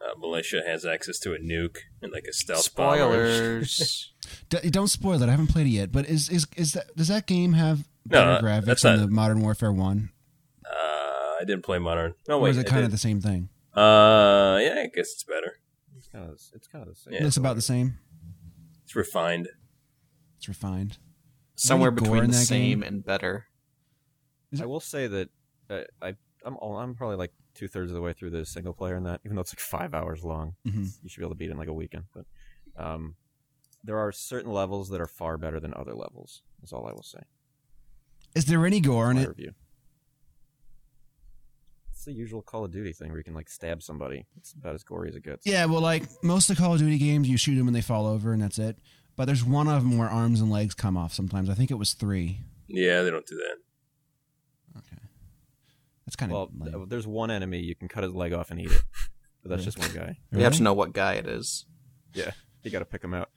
[SPEAKER 1] uh, militia has access to a nuke and like a stealth bomber.
[SPEAKER 2] (laughs)
[SPEAKER 4] Spoilers. (laughs)
[SPEAKER 2] D- don't spoil it. I haven't played it yet. But is is is that does that game have
[SPEAKER 1] No,
[SPEAKER 2] better
[SPEAKER 1] uh,
[SPEAKER 2] graphics
[SPEAKER 1] that's
[SPEAKER 2] than
[SPEAKER 1] not-
[SPEAKER 2] the Modern Warfare One?
[SPEAKER 1] Uh, I didn't play Modern. No,
[SPEAKER 2] or
[SPEAKER 1] wait.
[SPEAKER 2] is
[SPEAKER 1] I
[SPEAKER 2] it kind
[SPEAKER 1] did.
[SPEAKER 2] of the same thing?
[SPEAKER 1] Uh, yeah, I guess it's better.
[SPEAKER 3] It's kind of, it's kind of the same.
[SPEAKER 1] Yeah.
[SPEAKER 2] It looks about the same.
[SPEAKER 1] It's refined.
[SPEAKER 2] It's refined.
[SPEAKER 4] Somewhere
[SPEAKER 2] Any gore
[SPEAKER 4] between
[SPEAKER 2] in
[SPEAKER 4] the
[SPEAKER 2] that
[SPEAKER 4] same
[SPEAKER 2] game?
[SPEAKER 4] and better.
[SPEAKER 2] Is
[SPEAKER 3] I will say that uh, I I'm all, I'm probably like two thirds of the way through the single player in that, even though it's like five hours long.
[SPEAKER 2] hmm
[SPEAKER 3] You should be able to beat it in like a weekend. But um, there are certain levels that are far better than other levels. Is all I will say.
[SPEAKER 2] Is there any gore in
[SPEAKER 3] My
[SPEAKER 2] it?
[SPEAKER 3] review. It's the usual Call of Duty thing where you can like stab somebody. It's about as gory as it gets.
[SPEAKER 2] Yeah, well, like most of the Call of Duty games, you shoot them and they fall over, and that's it. But there's one of them where arms and legs come off. Sometimes I think it was three.
[SPEAKER 1] Yeah, they don't do that.
[SPEAKER 2] Okay, that's kind of
[SPEAKER 3] Well,
[SPEAKER 2] lame.
[SPEAKER 3] th- there's one enemy you can cut his leg off and eat it, but that's
[SPEAKER 2] Yeah.
[SPEAKER 3] just one guy.
[SPEAKER 4] You have to
[SPEAKER 2] Really?
[SPEAKER 4] know what guy it is.
[SPEAKER 3] You got to pick him out.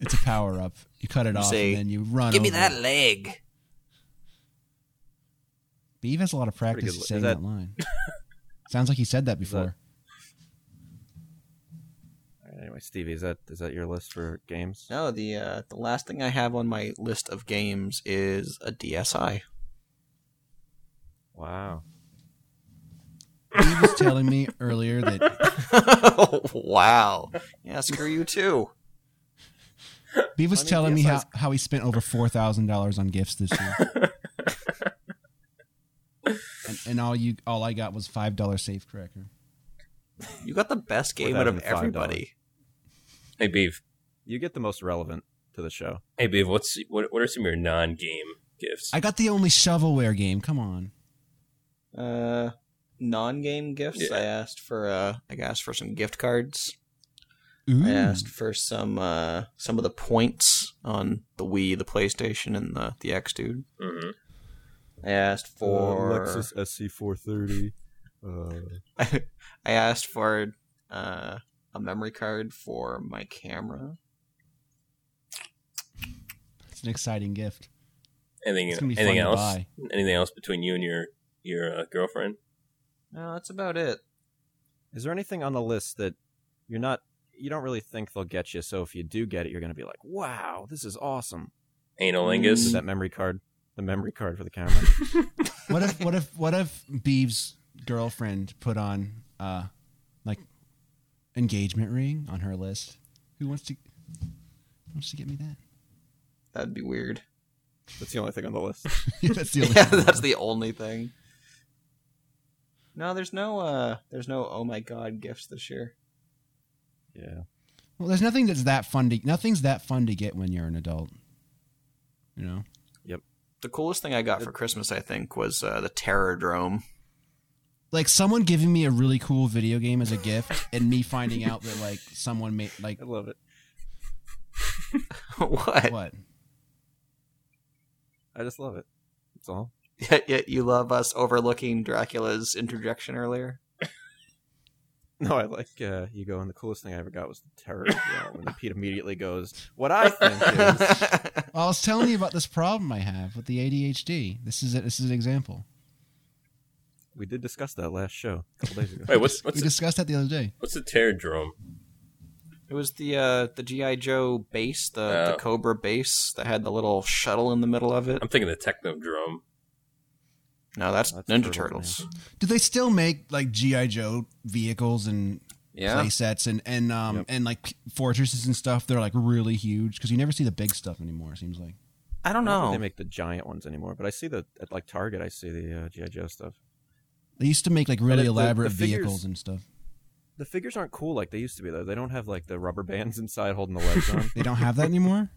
[SPEAKER 2] It's a power up. You cut it
[SPEAKER 4] You
[SPEAKER 2] off
[SPEAKER 4] say,
[SPEAKER 2] and then you run. over it."
[SPEAKER 4] leg.
[SPEAKER 2] Beav has a lot of
[SPEAKER 3] pretty
[SPEAKER 2] practice
[SPEAKER 3] good li-
[SPEAKER 2] saying
[SPEAKER 3] is
[SPEAKER 2] that,
[SPEAKER 3] that-
[SPEAKER 2] line. (laughs) Sounds like he said that
[SPEAKER 3] Is that-
[SPEAKER 2] before.
[SPEAKER 3] All right, anyway, Stevie, is that is that your list for games?
[SPEAKER 4] No, the uh, the last thing I have on my list of games is a (laughs) DSI.
[SPEAKER 3] Wow.
[SPEAKER 2] Beav was telling me earlier that
[SPEAKER 4] wow. Yeah, screw you too.
[SPEAKER 2] Beav was
[SPEAKER 3] I mean,
[SPEAKER 2] telling me how,
[SPEAKER 3] DSI's
[SPEAKER 2] how he spent over four thousand dollars on gifts this year. and, and all you all I got was five dollar safe cracker.
[SPEAKER 4] You got the best game out of everybody.
[SPEAKER 1] Hey, Beef.
[SPEAKER 3] You get the most relevant to the show.
[SPEAKER 1] Hey, Beef, what's, what, what are some of your non game gifts?
[SPEAKER 2] I got the only shovelware game. Come on.
[SPEAKER 4] Uh, non-game gifts.
[SPEAKER 1] Yeah.
[SPEAKER 4] I asked for uh, I asked for some gift cards.
[SPEAKER 2] Ooh.
[SPEAKER 4] I asked for some uh, some of the points on the Wii, the PlayStation, and the the X dude.
[SPEAKER 1] Mm-hmm.
[SPEAKER 4] I asked
[SPEAKER 3] Uh,
[SPEAKER 4] for
[SPEAKER 3] SC430. Uh,
[SPEAKER 4] I asked for uh, a memory card for my camera.
[SPEAKER 2] It's an exciting gift. It's gonna
[SPEAKER 1] Anything?
[SPEAKER 2] be fun
[SPEAKER 1] Anything
[SPEAKER 2] to
[SPEAKER 1] else?
[SPEAKER 2] buy.
[SPEAKER 1] Anything else between you and your your uh, girlfriend?
[SPEAKER 4] No, that's about it.
[SPEAKER 3] Is there anything on the list that you're not you don't really think they'll get you? So if you do get it, you're going to be like, "Wow, this is awesome."
[SPEAKER 1] Analingus.
[SPEAKER 4] Mm.
[SPEAKER 3] That memory card, the memory card for the camera.
[SPEAKER 2] What if what if what if Beeves' girlfriend put on uh like engagement ring on her list? Who wants to wants to get me that? (laughs)
[SPEAKER 4] That'd be weird.
[SPEAKER 3] (laughs)
[SPEAKER 4] (laughs)
[SPEAKER 3] That's the only thing on the list.
[SPEAKER 2] yeah, that's the only
[SPEAKER 4] yeah,
[SPEAKER 2] thing.
[SPEAKER 4] that's the only thing. No, there's no uh there's no oh my god gifts this year.
[SPEAKER 3] Yeah.
[SPEAKER 2] Well, there's nothing that's that fun to nothing's that fun to get when you're an adult. You know?
[SPEAKER 4] The coolest thing I got for Christmas, I think, was uh, the Terror Drome. (laughs)
[SPEAKER 2] Like someone giving me a really cool video game as a gift and me finding out that like someone made like
[SPEAKER 3] I love it.
[SPEAKER 4] what?
[SPEAKER 2] what?
[SPEAKER 3] I just love it. That's all.
[SPEAKER 4] Yet, yet you love us overlooking Dracula's interjection earlier.
[SPEAKER 3] No, I like uh, you go, and the coolest thing I ever got was the terror. you know, when Pete immediately goes, "What I (laughs) think is."
[SPEAKER 4] (laughs)
[SPEAKER 2] Well, I was telling you about this problem I have with the ADHD. This is it. This is an example.
[SPEAKER 3] We did discuss that last show a couple days ago.
[SPEAKER 1] Wait, what's what's
[SPEAKER 2] we
[SPEAKER 1] the,
[SPEAKER 2] discussed that the other day.
[SPEAKER 1] what's the pterodrome?
[SPEAKER 4] It was the uh, the GI Joe base, the, the
[SPEAKER 1] Oh.
[SPEAKER 4] Cobra base that had the little shuttle in the middle of it.
[SPEAKER 1] I'm thinking the technodrome.
[SPEAKER 4] No, that's,
[SPEAKER 3] That's
[SPEAKER 4] Ninja
[SPEAKER 3] Turtles,
[SPEAKER 4] Turtles.
[SPEAKER 2] Do they still make like GI Joe vehicles and
[SPEAKER 4] Yeah,
[SPEAKER 2] play sets and and um
[SPEAKER 3] Yep.
[SPEAKER 2] and like fortresses and stuff? They're like really huge because you never see the big stuff anymore. It seems like
[SPEAKER 4] I don't
[SPEAKER 3] I don't think
[SPEAKER 4] know.
[SPEAKER 3] they make the giant ones anymore, but I see the at like Target. I see the uh, GI Joe stuff.
[SPEAKER 2] they used to make like
[SPEAKER 3] the-
[SPEAKER 2] really
[SPEAKER 3] the-
[SPEAKER 2] elaborate
[SPEAKER 3] the figures-
[SPEAKER 2] vehicles and stuff.
[SPEAKER 3] The figures aren't cool like they used to be though. They don't have like the rubber bands (laughs) inside holding the legs (laughs) on.
[SPEAKER 2] They don't have that anymore.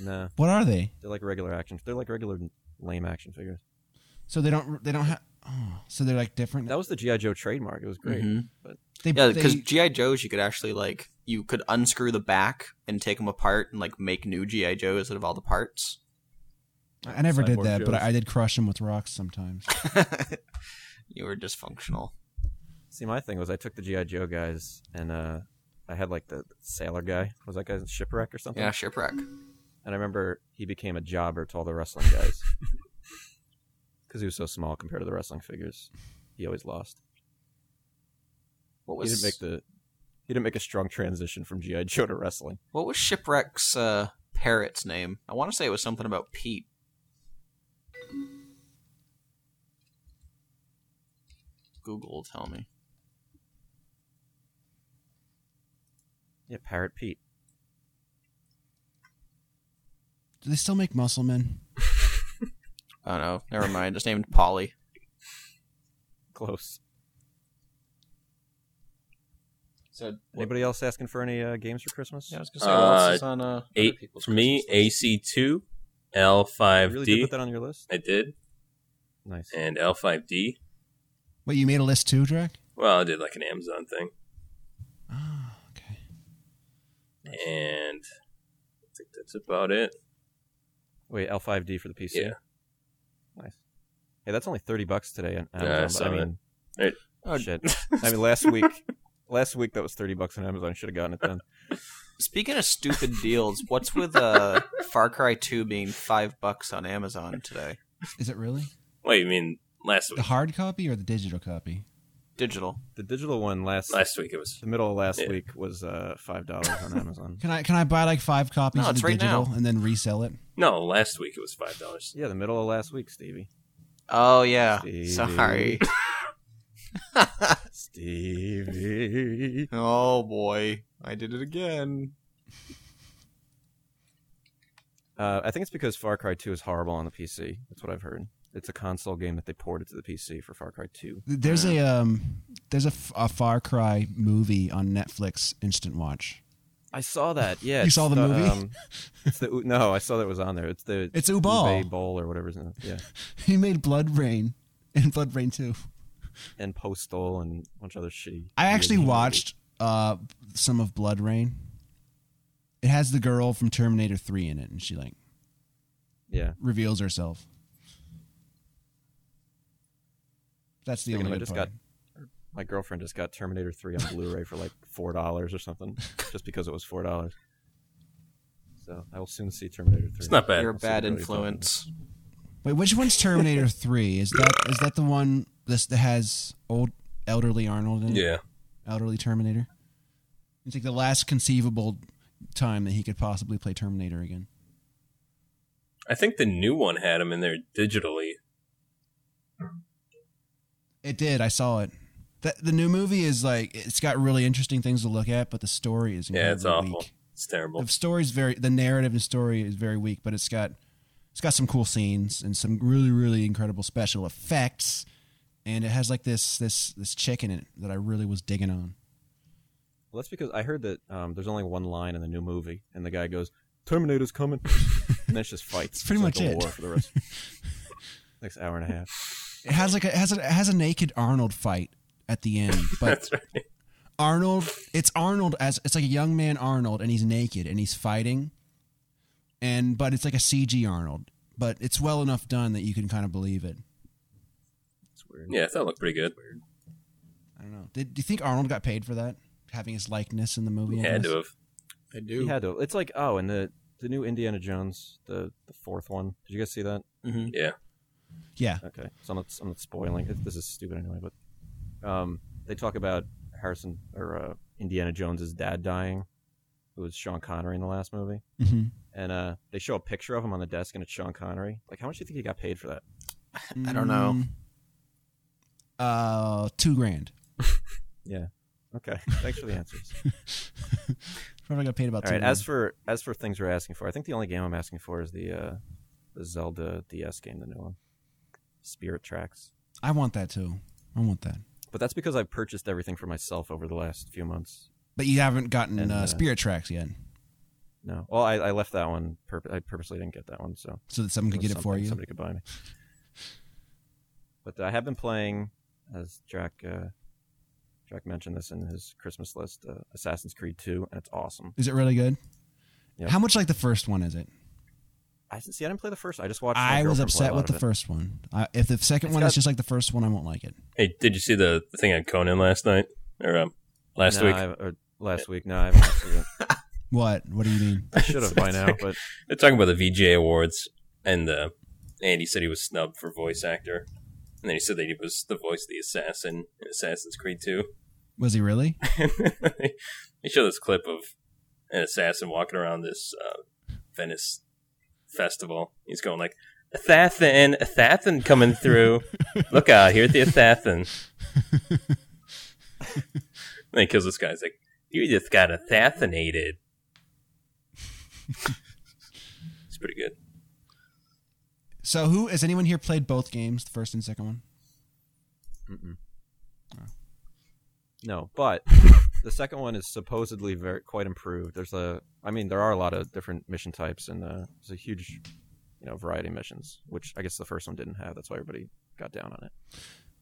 [SPEAKER 3] Nah,
[SPEAKER 2] What are they?
[SPEAKER 3] they're like regular action. They're like regular lame action figures.
[SPEAKER 2] So they don't they don't have. Oh, so they're like different.
[SPEAKER 3] That was the GI Joe trademark. It was great.
[SPEAKER 4] Mhm.
[SPEAKER 2] They,
[SPEAKER 4] Yeah,
[SPEAKER 2] they-
[SPEAKER 4] because GI Joes, you could actually like you could unscrew the back and take them apart and like make new GI Joes out of all the
[SPEAKER 3] (laughs)
[SPEAKER 4] parts.
[SPEAKER 2] I never did
[SPEAKER 3] Cyborg
[SPEAKER 2] that, but
[SPEAKER 3] Joes.
[SPEAKER 2] I, I did crush them with rocks sometimes.
[SPEAKER 4] you were dysfunctional.
[SPEAKER 3] See, my thing was I took the GI Joe guys and uh, I had like the sailor guy. Was that guy's shipwreck or something?
[SPEAKER 4] Yeah, shipwreck.
[SPEAKER 3] And I remember he became a jobber to all the wrestling
[SPEAKER 4] (laughs)
[SPEAKER 3] guys because he was so small compared to the wrestling figures. He always lost.
[SPEAKER 4] What
[SPEAKER 3] He didn't
[SPEAKER 4] was
[SPEAKER 3] make the. He didn't make a strong transition from GI Joe to wrestling.
[SPEAKER 4] what was shipwreck's uh, parrot's name? I want to say it was something about Pete. Google will tell me.
[SPEAKER 3] Yeah, Parrot Pete.
[SPEAKER 2] Do they still make muscle men?
[SPEAKER 4] Oh no, never mind. It's named Polly.
[SPEAKER 3] Close.
[SPEAKER 4] So
[SPEAKER 3] Anybody else asking for any uh, games for Christmas?
[SPEAKER 4] Yeah, I was gonna say what else
[SPEAKER 1] Uh,
[SPEAKER 4] is on uh,
[SPEAKER 1] Eight
[SPEAKER 4] other people's
[SPEAKER 1] for me.
[SPEAKER 4] Christmas lists?
[SPEAKER 1] AC two,
[SPEAKER 3] You
[SPEAKER 1] L5D.
[SPEAKER 3] really did put that on your list.
[SPEAKER 1] I did,
[SPEAKER 3] Nice.
[SPEAKER 1] and L5D.
[SPEAKER 2] Wait, you made a list too, Drake?
[SPEAKER 1] Well, I did like an Amazon thing,
[SPEAKER 2] Oh, okay.
[SPEAKER 1] and I think that's about it.
[SPEAKER 3] Wait, L5D for the PC.
[SPEAKER 1] Yeah.
[SPEAKER 3] Nice. Hey, that's only thirty bucks today on
[SPEAKER 1] I
[SPEAKER 3] Amazon. but
[SPEAKER 1] saw
[SPEAKER 3] I mean,
[SPEAKER 4] Oh, (laughs)
[SPEAKER 3] shit. I mean, last week, last week that was thirty bucks on Amazon. Should have gotten it then.
[SPEAKER 4] Speaking of stupid (laughs) deals, what's with uh, Far Cry 2 being five bucks on Amazon today?
[SPEAKER 2] Is it really
[SPEAKER 1] Wait, you mean last
[SPEAKER 2] the
[SPEAKER 1] week?
[SPEAKER 2] hard copy or the digital copy?
[SPEAKER 4] Digital.
[SPEAKER 3] The digital one last,
[SPEAKER 1] Last week it was.
[SPEAKER 3] the middle of last
[SPEAKER 1] Yeah.
[SPEAKER 3] week was uh, five dollars
[SPEAKER 1] (laughs)
[SPEAKER 3] on Amazon.
[SPEAKER 2] Can I can I buy like five copies
[SPEAKER 4] No,
[SPEAKER 2] of
[SPEAKER 4] it's
[SPEAKER 2] the
[SPEAKER 4] right
[SPEAKER 2] digital
[SPEAKER 4] now.
[SPEAKER 2] and then resell it?
[SPEAKER 1] No, last week it was five dollars.
[SPEAKER 3] yeah, the middle of last week, Stevie.
[SPEAKER 4] Oh, yeah.
[SPEAKER 1] (laughs)
[SPEAKER 3] Stevie.
[SPEAKER 4] Sorry.
[SPEAKER 3] Stevie.
[SPEAKER 4] oh, boy. I did it again.
[SPEAKER 3] Uh, I think it's because Far Cry Two is horrible on the PC. That's what I've heard. It's a console game that they ported to the PC for Far Cry Two.
[SPEAKER 2] There's a um, there's a, f- a Far Cry movie on Netflix Instant Watch. (laughs)
[SPEAKER 3] I saw that. Yeah,
[SPEAKER 2] You
[SPEAKER 3] it's um,
[SPEAKER 2] saw the movie?
[SPEAKER 3] it's the, no, I saw that it was on there. It's the
[SPEAKER 2] (laughs) It's Ubal.
[SPEAKER 3] Bowl or whatever. His name. is. Yeah,
[SPEAKER 2] He made Blood Rain and Blood Rain Two.
[SPEAKER 3] and Postal and a bunch of other shitty.
[SPEAKER 2] I actually
[SPEAKER 3] movies.
[SPEAKER 2] watched uh, some of Blood Rain. It has the girl from Terminator 3 in it, and she like
[SPEAKER 3] Yeah.
[SPEAKER 2] reveals herself. That's the
[SPEAKER 3] Speaking of,
[SPEAKER 2] only
[SPEAKER 3] I
[SPEAKER 2] good
[SPEAKER 3] just
[SPEAKER 2] part.
[SPEAKER 3] got my girlfriend just got Terminator 3 on Blu-ray for like four dollars or
[SPEAKER 2] (laughs)
[SPEAKER 3] something, just because it was four dollars. So I will soon see Terminator 3.
[SPEAKER 1] It's not bad.
[SPEAKER 4] You're a
[SPEAKER 3] That's
[SPEAKER 4] bad
[SPEAKER 3] what really
[SPEAKER 4] influence.
[SPEAKER 2] Wait, which one's Terminator 3? Is that is that the one this that has old elderly Arnold
[SPEAKER 3] Mm.
[SPEAKER 2] in it?
[SPEAKER 1] Yeah.
[SPEAKER 2] Elderly Terminator. It's like the last conceivable time that he could possibly play Terminator again.
[SPEAKER 1] I think the new one had him in there digitally.
[SPEAKER 2] It did. I saw it. The, the new movie is like it's got really interesting things to look at, but the story is
[SPEAKER 1] Yeah, it's
[SPEAKER 2] incredibly
[SPEAKER 1] awful.
[SPEAKER 2] weak.
[SPEAKER 1] It's terrible.
[SPEAKER 2] The story's very the narrative and story is very weak, but it's got it's got some cool scenes and some really really incredible special effects, and it has like this this this chick in it that I really was digging on.
[SPEAKER 3] Well, that's because I heard that um, there's only one line in the new movie, and the guy goes, "Terminator's coming," and then it's just fights.
[SPEAKER 2] It's pretty
[SPEAKER 3] like
[SPEAKER 2] much
[SPEAKER 3] a
[SPEAKER 2] it.
[SPEAKER 3] War for the
[SPEAKER 2] (laughs)
[SPEAKER 3] rest. next hour and a half.
[SPEAKER 2] It has like a, it has a it has a naked Arnold fight at
[SPEAKER 1] (laughs)
[SPEAKER 2] the end, but
[SPEAKER 1] That's right.
[SPEAKER 2] Arnold, it's Arnold as it's like a young man Arnold, and he's naked and he's fighting, and but it's like a CG Arnold, but it's well enough done that you can kind of believe it.
[SPEAKER 3] It's weird.
[SPEAKER 1] Yeah, I thought it looked pretty good.
[SPEAKER 2] I don't know. Did, do you think Arnold got paid for that, having his likeness in the movie? I
[SPEAKER 1] Had
[SPEAKER 2] guess?
[SPEAKER 1] to have.
[SPEAKER 4] I
[SPEAKER 3] He
[SPEAKER 4] do.
[SPEAKER 3] had to. It's like oh, and the the new Indiana Jones, the the fourth one. Did you guys see that?
[SPEAKER 4] hmm
[SPEAKER 1] Yeah.
[SPEAKER 2] Yeah,
[SPEAKER 3] Okay, so I'm not, I'm not spoiling. It. This is stupid anyway, but um, they talk about Harrison or uh, Indiana Jones's dad dying, who was Sean Connery in the last movie,
[SPEAKER 2] hmm
[SPEAKER 3] and uh, they show a picture of him on the desk, and it's Sean Connery. Like, how much do you think he got paid for that?
[SPEAKER 4] I don't know.
[SPEAKER 2] Mm, Uh, two grand. (laughs)
[SPEAKER 3] Okay, thanks for the answers.
[SPEAKER 2] Probably got paid about
[SPEAKER 3] All
[SPEAKER 2] two.
[SPEAKER 3] right.
[SPEAKER 2] grand.
[SPEAKER 3] As for as for things we're asking for, I think the only game I'm asking for is the uh, the Zelda DS game, the new one, Spirit Tracks.
[SPEAKER 2] I want that too. I want that.
[SPEAKER 3] But that's because I've purchased everything for myself over the last few months.
[SPEAKER 2] But you haven't gotten
[SPEAKER 3] And,
[SPEAKER 2] uh,
[SPEAKER 3] uh,
[SPEAKER 2] Spirit Tracks yet,
[SPEAKER 3] No, well, I, I left that one. Purpo- I purposely didn't get that one, so
[SPEAKER 2] so that someone could
[SPEAKER 3] was
[SPEAKER 2] get it for
[SPEAKER 3] something
[SPEAKER 2] you.
[SPEAKER 3] Somebody could buy me. But I have been playing, as Jack uh, Jack mentioned this in his Christmas list, uh, Assassin's Creed 2, and it's awesome.
[SPEAKER 2] Is it really good?
[SPEAKER 3] Yeah.
[SPEAKER 2] How much like the first one is it?
[SPEAKER 3] I see. I didn't play the first. I just watched. my
[SPEAKER 2] I
[SPEAKER 3] girlfriend
[SPEAKER 2] was
[SPEAKER 3] play a
[SPEAKER 2] upset
[SPEAKER 3] lot
[SPEAKER 2] with
[SPEAKER 3] of
[SPEAKER 2] the
[SPEAKER 3] it.
[SPEAKER 2] first one. I, if the second
[SPEAKER 3] It's
[SPEAKER 2] one
[SPEAKER 3] got-
[SPEAKER 2] is just like the first one, I won't like it.
[SPEAKER 1] Hey, did you see the the thing on Conan last night or um, last
[SPEAKER 3] No,
[SPEAKER 1] week?
[SPEAKER 3] I- or last week. No, I haven't watched it yet.
[SPEAKER 2] What? What do you mean?
[SPEAKER 3] I should
[SPEAKER 1] (laughs)
[SPEAKER 3] have by now, but
[SPEAKER 1] They're talking about the VGA awards, and uh, Andy said he was snubbed for voice actor, and then he said that he was the voice of the assassin in Assassin's Creed Two.
[SPEAKER 2] Was he really?
[SPEAKER 1] they show this clip of an assassin walking around this uh, Venice festival. He's going like, "Assassin, assassin coming through! Look out! Here's the assassin!" and he kills this guy. He's like, "You just got assassinated." it's pretty good.
[SPEAKER 2] So who has anyone here played both games, the first and second one?
[SPEAKER 3] Mm-mm. no. But the second one is supposedly very quite improved. There's a, I mean, there are a lot of different mission types, and uh, there's a huge, you know, variety of missions, which I guess the first one didn't have. That's why everybody got down on it.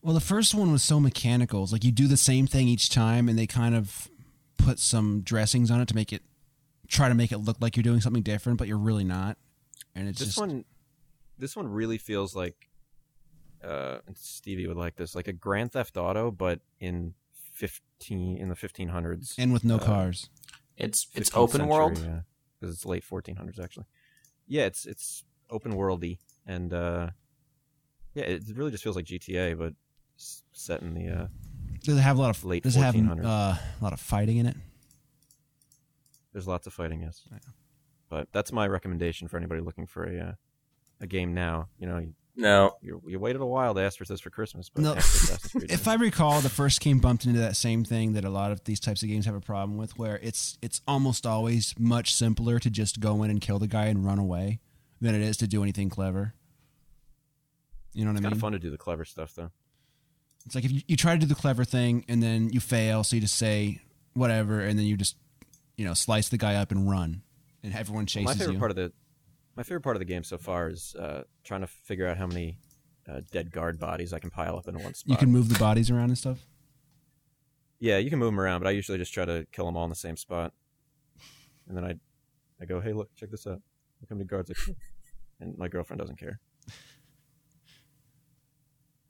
[SPEAKER 2] Well, the first one was so mechanical. It's like you do the same thing each time, and they kind of put some dressings on it to make it try to make it look like you're doing something different, but you're really not. And it's
[SPEAKER 3] this
[SPEAKER 2] just
[SPEAKER 3] one, this one really feels like, uh, and Stevie would like this, like a Grand Theft Auto, but in fifteen in the fifteen hundreds.
[SPEAKER 2] and with no
[SPEAKER 3] uh,
[SPEAKER 2] cars.
[SPEAKER 4] It's it's
[SPEAKER 3] 15th
[SPEAKER 4] open
[SPEAKER 3] century,
[SPEAKER 4] world.
[SPEAKER 3] yeah, because it's late 1400s actually. Yeah, it's it's open worldy, and uh, yeah, it really just feels like GTA, but s- set in the uh,
[SPEAKER 2] Does it have a lot of
[SPEAKER 3] late
[SPEAKER 2] does it have uh,
[SPEAKER 3] 1400s.
[SPEAKER 2] a lot of fighting in it?
[SPEAKER 3] there's lots of fighting, yes.
[SPEAKER 2] Yeah.
[SPEAKER 3] But that's my recommendation for anybody looking for a uh, a game now. You know, you,
[SPEAKER 1] Now,
[SPEAKER 3] you, you waited a while to ask for this for Christmas, but
[SPEAKER 2] No.
[SPEAKER 3] after Assassin's Creed,
[SPEAKER 2] (laughs) If I recall, the first game bumped into that same thing that a lot of these types of games have a problem with, where it's it's almost always much simpler to just go in and kill the guy and run away than it is to do anything clever. You know what
[SPEAKER 3] it's
[SPEAKER 2] I
[SPEAKER 3] kind
[SPEAKER 2] mean?
[SPEAKER 3] of fun to do the clever stuff though.
[SPEAKER 2] It's like if you, you try to do the clever thing and then you fail, so you just say whatever, and then you just you know slice the guy up and run, and everyone
[SPEAKER 3] my
[SPEAKER 2] chases
[SPEAKER 3] favorite
[SPEAKER 2] you.
[SPEAKER 3] part of the my favorite part of the game so far is uh, trying to figure out how many uh, dead guard bodies I can pile up in one spot.
[SPEAKER 2] You can move the bodies around and stuff.
[SPEAKER 3] Yeah, you can move them around, but I usually just try to kill them all in the same spot. And then I, I go, hey, look, check this out. Look how many guards I killed. And my girlfriend doesn't care.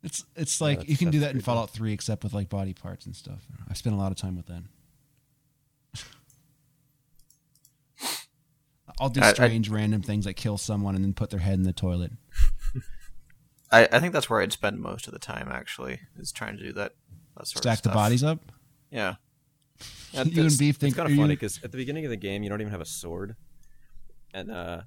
[SPEAKER 2] It's it's like
[SPEAKER 3] that's-
[SPEAKER 2] you can do
[SPEAKER 3] that's
[SPEAKER 2] that in
[SPEAKER 3] pretty cool.
[SPEAKER 2] Fallout 3, except with like body parts and stuff. I spent a lot of time with that. (laughs) I'll do
[SPEAKER 4] I- I-
[SPEAKER 2] strange random things like kill someone and then put their head in the toilet.
[SPEAKER 4] I, I think that's where I'd spend most of the time actually is trying to do that. that sort of
[SPEAKER 2] Stack the
[SPEAKER 4] stuff.
[SPEAKER 2] bodies up.
[SPEAKER 4] Yeah. That-
[SPEAKER 2] (laughs) you and
[SPEAKER 4] that's-
[SPEAKER 2] Beef think
[SPEAKER 3] it's kind
[SPEAKER 2] are
[SPEAKER 3] of
[SPEAKER 2] you-
[SPEAKER 3] funny because at the beginning of the game you don't even have a sword and uh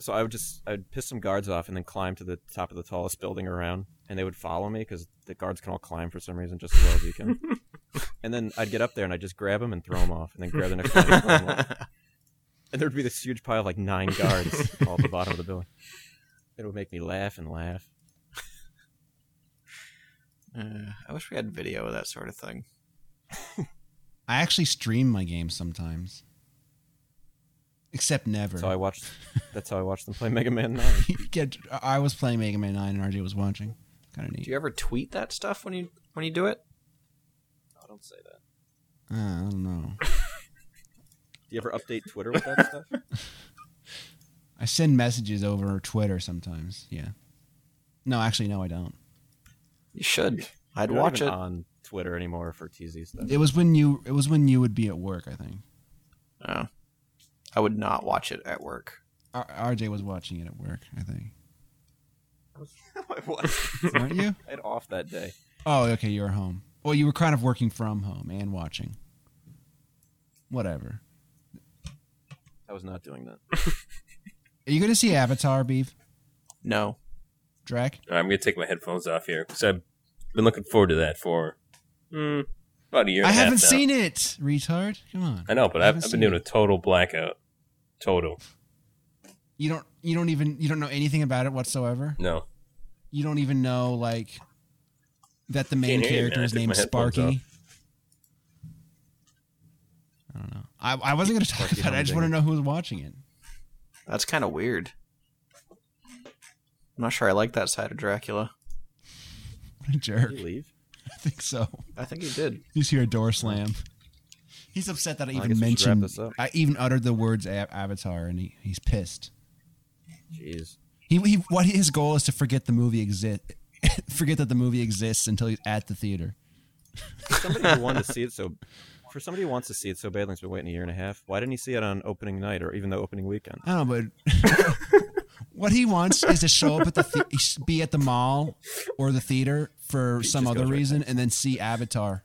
[SPEAKER 3] so i would just i'd piss some guards off and then climb to the top of the tallest building around and they would follow me because the guards can all climb for some reason just as well as you
[SPEAKER 2] (laughs)
[SPEAKER 3] can and then i'd get up there and i'd just grab them and throw them off and then grab the next one and throw 'em off.
[SPEAKER 4] (laughs)
[SPEAKER 3] and there'd be this huge pile of like nine guards all at the bottom of the building it would make me laugh and laugh
[SPEAKER 4] Uh, I wish we had video of that sort of thing.
[SPEAKER 2] I actually stream my games sometimes. Except never. (laughs)
[SPEAKER 3] so i watched that's how i watched them play mega man 9
[SPEAKER 2] Get- I was playing Mega Man 9 and RJ was watching. Kind of neat.
[SPEAKER 4] Do you ever tweet that stuff when you when you do it?
[SPEAKER 3] i don't say that
[SPEAKER 2] Uh, I don't know.
[SPEAKER 3] do you ever update twitter with that stuff
[SPEAKER 2] I send messages over Twitter sometimes. Yeah. No, actually, no, I don't.
[SPEAKER 4] You
[SPEAKER 3] (laughs)
[SPEAKER 4] should. I'd
[SPEAKER 3] You're not
[SPEAKER 4] watch
[SPEAKER 3] even
[SPEAKER 4] it.
[SPEAKER 3] on twitter anymore for tz stuff
[SPEAKER 2] It was when you. It was when you would be at work. I think
[SPEAKER 4] Oh. I would not watch it at
[SPEAKER 3] (laughs)
[SPEAKER 4] work.
[SPEAKER 2] R- RJ was watching it at work. I think.
[SPEAKER 3] I was.
[SPEAKER 1] (laughs)
[SPEAKER 2] Weren't you?
[SPEAKER 3] I had off that day.
[SPEAKER 2] Oh, okay. You were home. Well, you were kind of working from home and watching. Whatever.
[SPEAKER 3] I was not doing that.
[SPEAKER 2] Are you going to see Avatar, Beef?
[SPEAKER 4] No.
[SPEAKER 2] Drac?
[SPEAKER 1] All right, I'm gonna take my headphones off here because I've been looking forward to that for mm, about a year.
[SPEAKER 2] I
[SPEAKER 1] and a half
[SPEAKER 2] haven't
[SPEAKER 1] now.
[SPEAKER 2] seen it, retard. Come on.
[SPEAKER 1] I know, but
[SPEAKER 2] I
[SPEAKER 1] I've,
[SPEAKER 2] haven't
[SPEAKER 1] I've been
[SPEAKER 2] seen
[SPEAKER 1] doing a total blackout. Total.
[SPEAKER 2] You don't. You don't even. You don't know anything about it whatsoever.
[SPEAKER 1] No.
[SPEAKER 2] You don't even know like that the main
[SPEAKER 1] Can't hear you, man.
[SPEAKER 2] character
[SPEAKER 1] I
[SPEAKER 2] is
[SPEAKER 1] took my
[SPEAKER 2] named
[SPEAKER 1] headphones
[SPEAKER 2] Sparky. I don't know. I, I wasn't going to talk
[SPEAKER 3] Sparky
[SPEAKER 2] about it. I just
[SPEAKER 3] Humdinger.
[SPEAKER 2] want to know who was watching it. (laughs)
[SPEAKER 4] That's kind of weird. I'm not sure I like that side of Dracula.
[SPEAKER 2] What a jerk.
[SPEAKER 3] Did you leave?
[SPEAKER 2] I (laughs) think so.
[SPEAKER 4] I think he did.
[SPEAKER 2] You just hear a door slam. He's upset that I
[SPEAKER 3] Well, I
[SPEAKER 2] even
[SPEAKER 3] guess we should wrap
[SPEAKER 2] mentioned.
[SPEAKER 3] this up.
[SPEAKER 2] I even uttered the words a- Avatar, and he, he's pissed.
[SPEAKER 3] Jeez.
[SPEAKER 2] He, he what his goal is to forget the movie exist, (laughs) forget that the movie exists until he's at the theater.
[SPEAKER 3] For somebody who wanted to see it so, for somebody who wants to see it so badly, and has been waiting a year and a half. Why didn't he see it on opening night or even the opening weekend?
[SPEAKER 2] I don't know, but (laughs) what he wants is to show up at the th- be at the mall or the theater for some
[SPEAKER 3] just
[SPEAKER 2] other
[SPEAKER 3] goes right
[SPEAKER 2] reason, and then see Avatar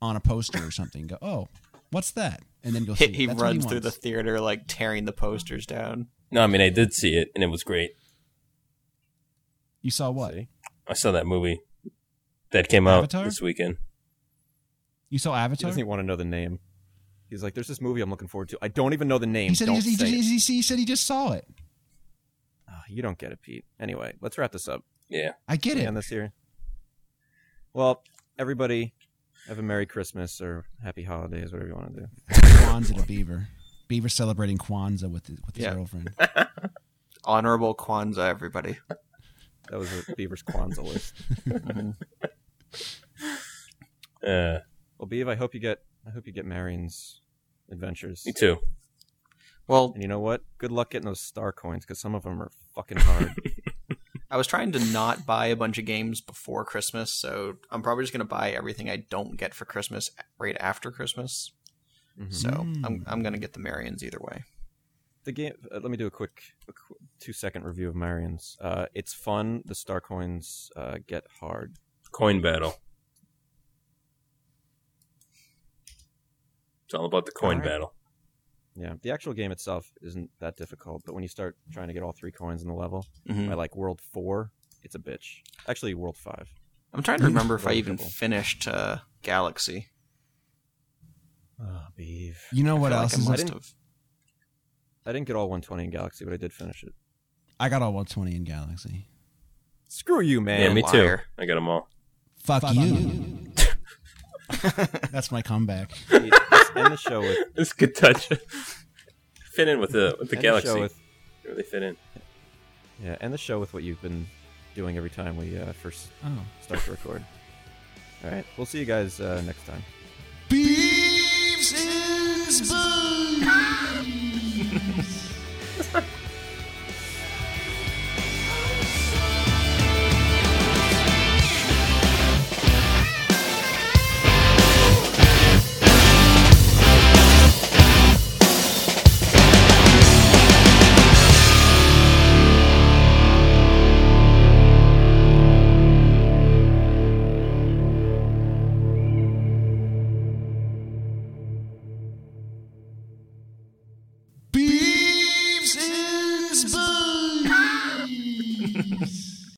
[SPEAKER 2] on a poster or something. Go, oh, what's that? And then go see
[SPEAKER 4] He,
[SPEAKER 2] it.
[SPEAKER 4] he
[SPEAKER 2] That's what
[SPEAKER 4] runs through the
[SPEAKER 2] wants.
[SPEAKER 4] theater like tearing the posters down.
[SPEAKER 1] No, I mean I did see it and it was great.
[SPEAKER 2] You saw what?
[SPEAKER 3] See?
[SPEAKER 1] I saw that movie that came out
[SPEAKER 2] Avatar?
[SPEAKER 1] this weekend.
[SPEAKER 2] You saw
[SPEAKER 3] He
[SPEAKER 2] Avatar.
[SPEAKER 3] doesn't even want to know the name. He's like, "There's this movie I'm looking forward to. I don't even know the name.
[SPEAKER 2] He said
[SPEAKER 3] don't
[SPEAKER 2] he, just, he,
[SPEAKER 3] say
[SPEAKER 2] just,
[SPEAKER 3] it."
[SPEAKER 2] he, he said he just saw it.
[SPEAKER 3] Ah, you don't get it, Pete. Anyway, let's wrap this up.
[SPEAKER 1] Yeah.
[SPEAKER 2] I get
[SPEAKER 3] Can
[SPEAKER 2] it.
[SPEAKER 3] this year. Well, everybody, have a merry Christmas or happy holidays, whatever you want to do.
[SPEAKER 2] Kwanzaa to Beaver. Beaver celebrating Kwanzaa with his, with his
[SPEAKER 4] Yeah.
[SPEAKER 3] (laughs)
[SPEAKER 2] girlfriend.
[SPEAKER 4] Honorable Kwanzaa, everybody.
[SPEAKER 3] That was a Beaver's Kwanzaa list.
[SPEAKER 1] Uh,
[SPEAKER 3] Well, Beav, I hope you get I hope you get Marion's adventures.
[SPEAKER 1] me too.
[SPEAKER 4] Well,
[SPEAKER 3] And you know what? Good luck getting those star coins because some of them are
[SPEAKER 1] (laughs)
[SPEAKER 3] fucking hard.
[SPEAKER 4] I was trying to not buy a bunch of games before Christmas, so I'm probably just gonna buy everything I don't get for Christmas right after Christmas.
[SPEAKER 3] Mhm.
[SPEAKER 4] So I'm
[SPEAKER 2] Mm.
[SPEAKER 4] I'm gonna get the Marions either way.
[SPEAKER 3] the game. Uh, let me do a quick, a qu two second review of Marion's. Uh, it's fun. The star coins uh, get hard.
[SPEAKER 1] Coin battle. It's all about the coin
[SPEAKER 3] All right.
[SPEAKER 1] battle.
[SPEAKER 3] Yeah, the actual game itself isn't that difficult, but when you start trying to get all three coins in the level,
[SPEAKER 1] Mm. Mm-hmm.
[SPEAKER 4] Mhm.
[SPEAKER 3] by like world four, it's a bitch. Actually, world five.
[SPEAKER 4] I'm trying to remember if I even
[SPEAKER 3] Relatable.
[SPEAKER 4] finished uh, Galaxy.
[SPEAKER 3] Ah, Beav.
[SPEAKER 2] You know what
[SPEAKER 4] I feel
[SPEAKER 2] else
[SPEAKER 4] like
[SPEAKER 2] is?
[SPEAKER 4] I
[SPEAKER 2] up-
[SPEAKER 4] must
[SPEAKER 3] up-
[SPEAKER 4] have.
[SPEAKER 3] I didn't get all 120 in Galaxy, but I did finish it.
[SPEAKER 2] I got all 120 in Galaxy.
[SPEAKER 3] Screw you,
[SPEAKER 1] Yeah,
[SPEAKER 3] man.
[SPEAKER 1] me (laughs) too.
[SPEAKER 4] liar.
[SPEAKER 1] I got them all.
[SPEAKER 2] Fuck, you. That's my comeback.
[SPEAKER 3] Pete, let's end the
[SPEAKER 1] (laughs)
[SPEAKER 3] show with
[SPEAKER 1] This could touch. fit in with the with the
[SPEAKER 3] end show
[SPEAKER 1] galaxy.
[SPEAKER 3] with-
[SPEAKER 1] really fit in.
[SPEAKER 3] Yeah, end the show with what you've been doing every time we uh, first
[SPEAKER 5] Oh.
[SPEAKER 3] start to record. All right, we'll see you guys uh, next time.
[SPEAKER 2] Beeves is blue.